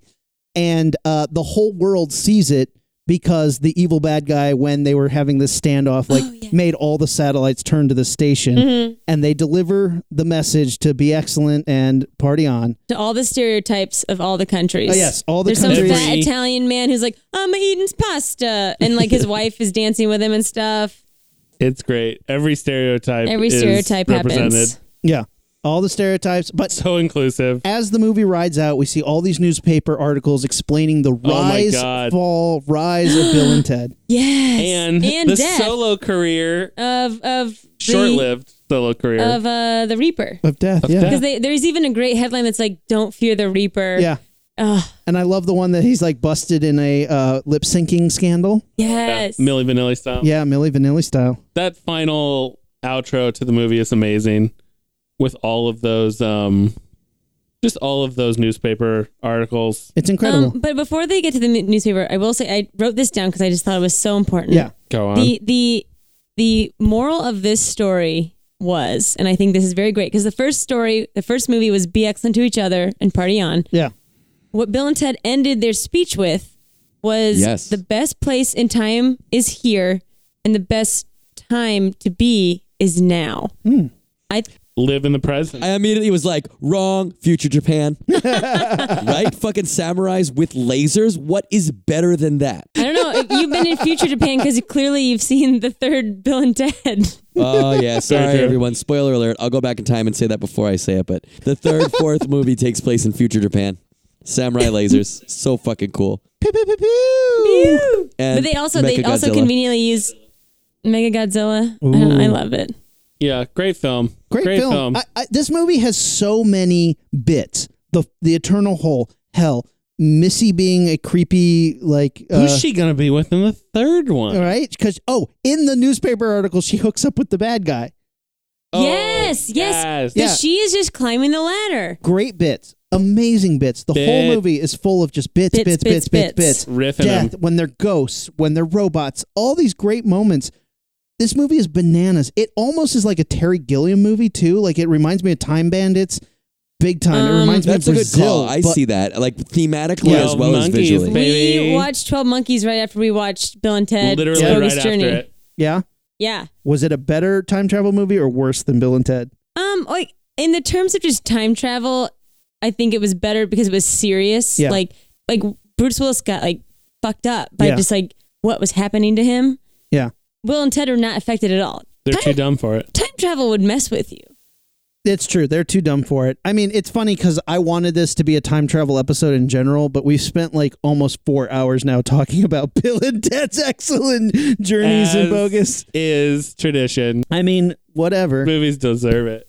and uh, the whole world sees it because the evil bad guy, when they were having this standoff, like made all the satellites turn to the station and they deliver the message to be excellent and party on.
To all the stereotypes of all the countries.
Oh, yes, all the
There's
countries.
some fat
Every-
Italian man who's like, I'm eating pasta and like his wife is dancing with him and stuff.
It's great. Every stereotype.
Every
is
stereotype
represented.
happens.
Yeah, all the stereotypes, but
So inclusive.
as the movie rides out, we see all these newspaper articles explaining the
my
rise,
God.
fall, rise of Bill and Ted.
Yes.
And,
and
the
death
solo career,
of of the-
short-lived solo career.
of uh the Reaper.
Of death, yeah.
death.
Because they, there's even a great headline that's like, Don't fear the Reaper.
Yeah.
Ugh,
And I love the one that he's like busted in a uh, lip syncing scandal.
yes.
Millie Vanilli style.
Yeah, Millie Vanilli style.
That final outro to the movie is amazing with all of those um just all of those newspaper articles.
It's incredible.
Um, but before they get to the n- newspaper, I will say I wrote this down because I just thought it was so important.
yeah.
Go on.
The the the moral of this story was, and I think this is very great because the first story, the first movie was be excellent to each other and party on.
Yeah.
What Bill and Ted ended their speech with was
Yes.
the best place in time is here, and the best time to be is now.
Hmm.
I
Live in the present.
I immediately was like, wrong, future Japan. right? Fucking samurais with lasers. What is better than that?
I don't know. You've been in future Japan because clearly you've seen the third Bill and Ted.
Oh, yeah. Sorry,
true.
everyone. Spoiler alert. I'll go back in time and say that before I say it. But the third, fourth movie takes place in future Japan. Samurai lasers. So fucking cool.
Pew, pew, pew, pew.
And
But they also they also
Mechagodzilla.
conveniently use Mega Godzilla. I, don't- I love it.
yeah, great film.
Great, film. I, I, this movie has so many bits. The the eternal hole. Hell, Missy being a creepy like. Uh,
Who's she gonna be with in the third one?
all right, because oh, in the newspaper article, she hooks up with the bad guy.
Oh,
yes, yes.
yes.
'Cause
Yeah.
She is just climbing the ladder.
Great bits, amazing bits. The whole
Bit.
movie is full of just bits, bits,
Bits,
bits, bits, bits.
bits,
Riffing
Death
him.
when they're ghosts, when they're robots. All these great moments. This movie is bananas. It almost is like a Terry Gilliam movie too. Like it reminds me of Time Bandits, big time. it
Um,
reminds me of
That's a good
Brazil.
call. I
but-
see that. Like thematically
Yeah.
as well as
Monkeys,
visually.
baby.
We watched Twelve Monkeys right after we watched Bill and Ted.
Literally
Bogus
right
Journey.
after it.
Yeah.
Yeah.
Was it a better time travel movie or worse than Bill and Ted?
Um. Like in the terms of just time travel, I think it was better because it was serious.
Yeah.
Like like Bruce Willis got like fucked up by
Yeah.
just like what was happening to him.
Yeah.
Will and Ted are not affected at all.
They're
Time-
too dumb for it.
time travel would mess with you.
It's true. They're too dumb for it. I mean, it's funny because I wanted this to be a time travel episode in general, but we've spent like almost four hours now talking about Bill and Ted's excellent journeys and
As
bogus.
Is tradition.
I mean, whatever.
Movies deserve it.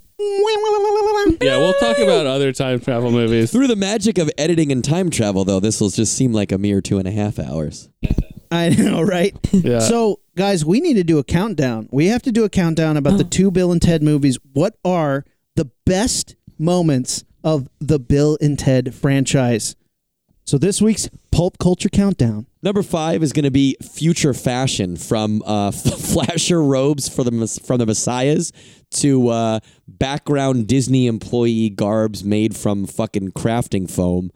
Yeah, we'll talk about other time travel movies.
Through the magic of editing and time travel, though, this will just seem like a mere two and a half hours.
I know, right?
Yeah.
So, guys, we need to do a countdown. We have to do a countdown about the
Oh.
two Bill and Ted movies. What are the best moments of the Bill and Ted franchise? So, this week's Pulp Culture Countdown.
Number five is going to be future fashion from uh, flasher robes for the mes- from the messiahs to uh, background Disney employee garbs made from fucking crafting foam.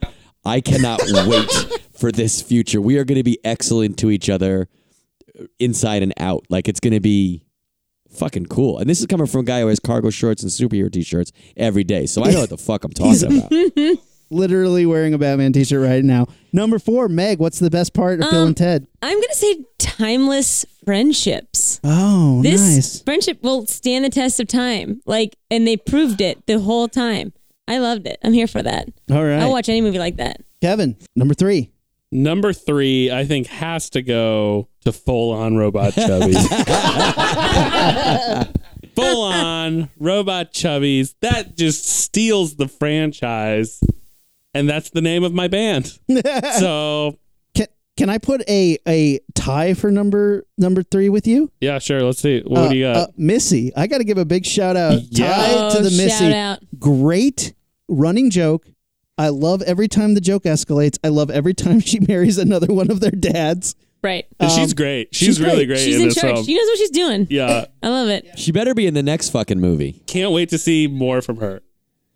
I cannot wait for this future. We are going to be excellent to each other, uh, inside and out. Like it's going to be fucking cool. And this is coming from a guy who has cargo shorts and superhero t-shirts every day, so I know what the fuck I'm talking about.
Literally wearing a Batman t shirt right now. Number four, Meg, what's the best part of Bill
Um,
and Ted?
I'm gonna say timeless friendships.
Oh,
This
nice.
friendship will stand the test of time. Like, and they proved it the whole time. I loved it. I'm here for that.
All right.
I'll watch any movie like that.
Kevin, number three.
Number three, I think, has to go to full on robot chubbies. full on robot chubbies. That just steals the franchise. And that's the name of my band. so,
Can, can I put a, a tie for number number three with you?
yeah, sure. Let's see. What do you
Uh,
got?
uh, Missy. I got to give a big shout out
Yeah.
Ty, to
Oh,
the
shout
Missy.
out.
Great running joke. I love every time the joke escalates. I love every time she marries another one of their dads.
Right.
she's great. She's, really great
uh, um, She's
in,
in,
this
charge.
film.
She knows what she's doing.
Yeah.
I love it.
She better be in the next fucking movie.
Can't wait to see more from her.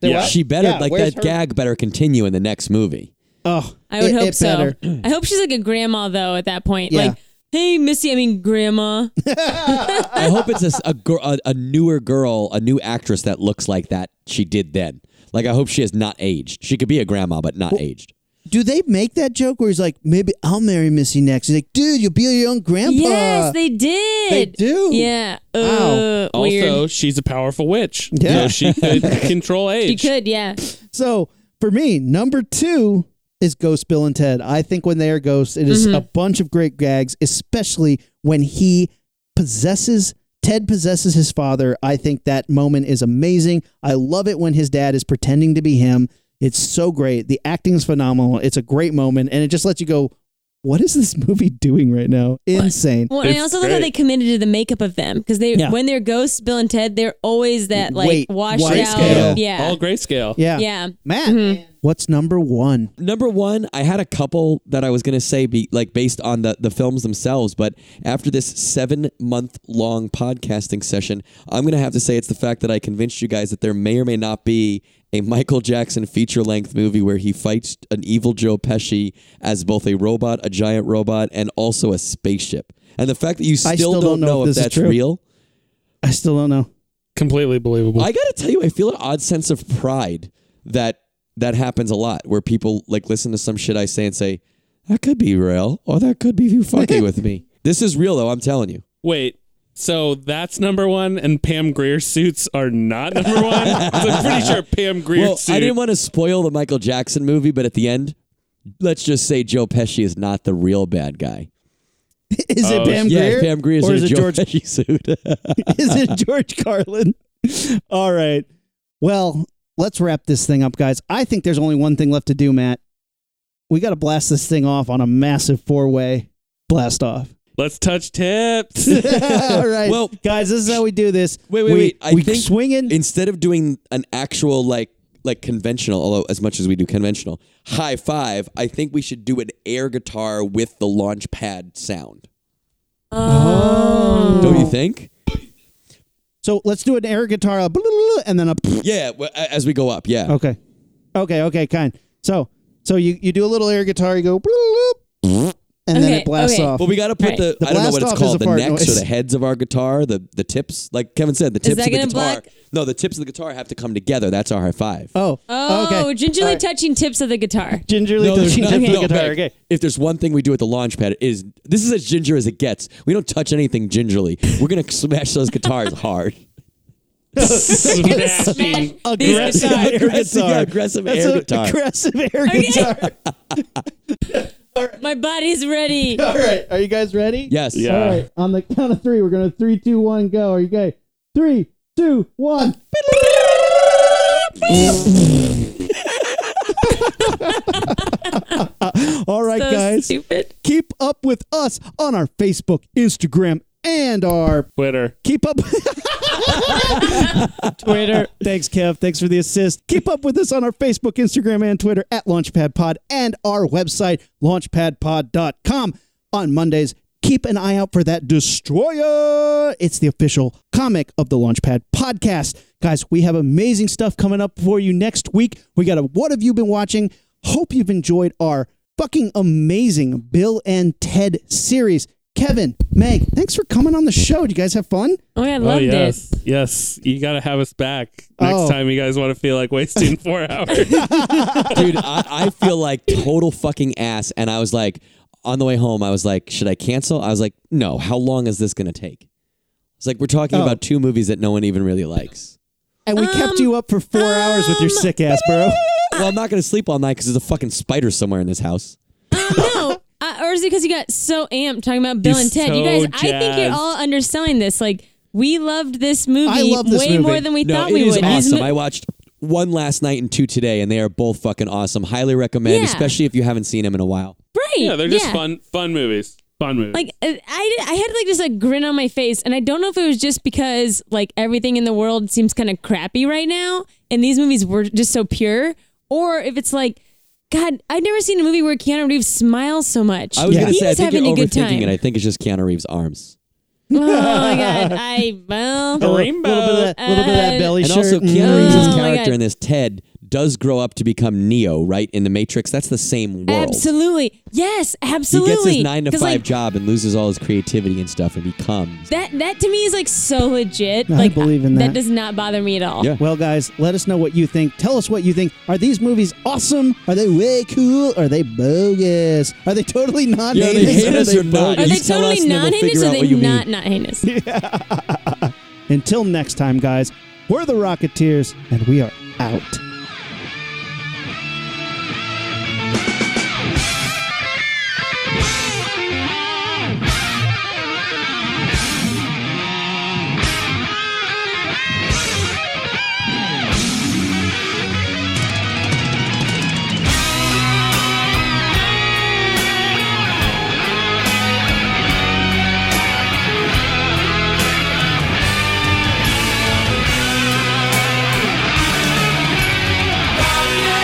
yeah.
She better
Yeah,
like
where's
that
her-
gag better continue in the next movie.
Oh,
I would
it-
hope
it
so.
better.
I hope she's like a grandma though at that point.
Yeah.
Like, hey Missy, I mean grandma.
I hope it's a, s- a gir- a, a newer girl, a new actress that looks like that she did then. Like I hope she has not aged. She could be a grandma but not aged.
Do they make that joke where he's like, maybe I'll marry Missy next? He's like, dude, you'll be your own grandpa.
yes, they did.
They do.
Yeah.
Wow.
Uh, weird.
Also, she's a powerful witch.
Yeah.
So she could control age.
she could. Yeah.
So for me, number two is Ghost Bill and Ted. I think when they are ghosts, it
Mm-hmm.
is a bunch of great gags, especially when he possesses Ted possesses his father. I think that moment is amazing. I love it when his dad is pretending to be him. It's so great. The acting is phenomenal. It's a great moment, and it just lets you go, "What is this movie doing right now?" Insane.
Well, and I
It's
also love how
great.
they committed to the makeup of them because they,
Yeah.
when they're ghosts, Bill and Ted, they're always that like
Wait,
washed out.
grayscale.
Yeah.
All grayscale.
Yeah.
Yeah.
Matt, what's number one?
Number one, I had a couple that I was gonna say be like based on the, the films themselves, but after this seven month long podcasting session, I'm gonna have to say it's the fact that I convinced you guys that there may or may not be a Michael Jackson feature length movie where he fights an evil Joe Pesci as both a robot, a giant robot, and also a spaceship. And the fact that you still, don't, know if,
this is
that's
true.
real,
I still don't know.
Completely believable.
I gotta tell you, I feel an odd sense of pride that that happens a lot, where people like listen to some shit I say and say, "That could be real," or "That could be you fucking with me." This is real, though. I'm telling you.
Wait. So that's number one, and Pam Greer suits are not number one. 'Cause I'm pretty sure Pam Greer
Well,
suit.
I didn't want to spoil the Michael Jackson movie, but at the end, let's just say Joe Pesci is not the real bad guy.
Is it Pam
Oh, yeah,
Grier?
Pam Greer's
or
in
is
a
it
Joe
George?
Pesci suit.
is it George Carlin? All right. Well, let's wrap this thing up, guys. I think there's only one thing left to do, Matt. We got to blast this thing off on a massive four-way blast off.
Let's touch tips.
All right.
Well-
guys, this is how we do this.
Wait, wait,
we,
wait. I
we
think
swing in.
instead of doing an actual like like conventional, although as much as we do conventional high five, I think we should do an air guitar with the launch pad sound. Oh, don't you think?
So let's do an air guitar, a blah, blah, blah, and then a.
Yeah, w- a- as we go up, yeah.
Okay, okay, okay, kind. So, so you you do a little air guitar, you go, blah, blah, blah, and then
Okay,
it blasts
okay.
off.
But we got to put
Right.
the,
The
I don't know what
blast off
it's
is a
called the
fart
necks or
noise.
the heads of our guitar, the the tips. Like Kevin said, the tips
that
of the
gonna
guitar.
block-
No, the tips of the guitar have to come together. That's our high five.
oh,
Oh,
okay.
gingerly
All right.
touching tips of the guitar.
gingerly
there's
touching
not-
the
no,
guitar.
Meg,
Okay.
If there's one thing we do at the launch pad, it is this is as ginger as it gets. We don't touch anything gingerly. We're gonna smash those guitars hard.
Smash
Smashing.
these
Aggressive
guitars.
air
Aggressive-
guitar.
aggressive
That's
air
a-
guitar.
Aggressive air guitar.
My body's ready.
All right. Are you guys ready?
Yes.
Yeah.
All right. On the count of three, we're gonna three, two, one, go. Are you guys? Three, two, one. All right,
So
guys.
stupid.
Keep up with us on our Facebook, Instagram, and our
Twitter.
keep up Twitter. Thanks, Kev. Thanks for the assist. Keep up with us on our Facebook, Instagram, and Twitter at Launchpad Pod and our website, launchpadpod.com. On Mondays, keep an eye out for that destroyer. It's the official comic of the Launchpad podcast. Guys, we have amazing stuff coming up for you next week. We got a What Have You Been Watching? Hope you've enjoyed our fucking amazing Bill and Ted series. Kevin, Meg, thanks for coming on the show. Did you guys have fun?
Oh, yeah, I
Oh
loved
yes,
it.
yes. You gotta have us back next
Oh.
time. You guys want to feel like wasting four hours?
Dude, I, I feel like total fucking ass. And I was like, on the way home, I was like, should I cancel? I was like, no, how long is this gonna take? It's like we're talking
Oh.
about two movies that no one even really likes.
And we kept you up for four hours with your sick ass, bro.
Well, I'm not gonna sleep all night because there's a fucking spider somewhere in this house.
Um, no, I, or is it because you got so amped talking about Bill
He's
and Ted? you
so
guys, I think you're
jazzed.
all underselling this. Like, we loved this movie
I love this
way
movie.
more than we
No,
thought
it
we
is
would. These
awesome.
mo-
I watched one last night and two today, and they are both fucking awesome. Highly recommend,
Yeah.
especially if you haven't seen them in a while.
right?
yeah, they're just
yeah.
fun, fun movies. Fun movies.
Like uh, I, did- I had like just a grin on my face, and I don't know if it was just because like everything in the world seems kind of crappy right now, and these movies were just so pure, or if it's like, God, I've never seen a movie where Keanu Reeves smiles so much.
I was
Yeah.
gonna
he
say, I
was
think
having
you're
a good time.
overthinking it. I think it's just Keanu Reeves' arms.
oh my God, I well,
A little,
Rainbow.
little bit of that, little bit of that
Uh,
belly
and
shirt.
also,
Mm.
Keanu Reeves'
Oh my
character
God.
in this Ted does grow up to become Neo, right? In the Matrix, that's the same world.
Absolutely. Yes,
He
absolutely.
gets his nine to
'Cause,
five
like,
job and loses all his creativity and stuff, and becomes.
That that to me is like so legit.
I
like
believe in that.
That does not bother me at all.
Yeah.
Well, guys, let us know what you think. Tell us what you think. Are these movies awesome? Are they way cool? Are they bogus? Are they totally non
Yeah, they hate us or not.
Are
You
they
tell us
totally
and then we'll
non heinous
figure
or
out
are
what
they
you mean.
not not heinous?
Until next time, guys, we're the Rocketeers, and we are out.
Thank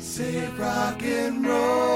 Save rock and roll.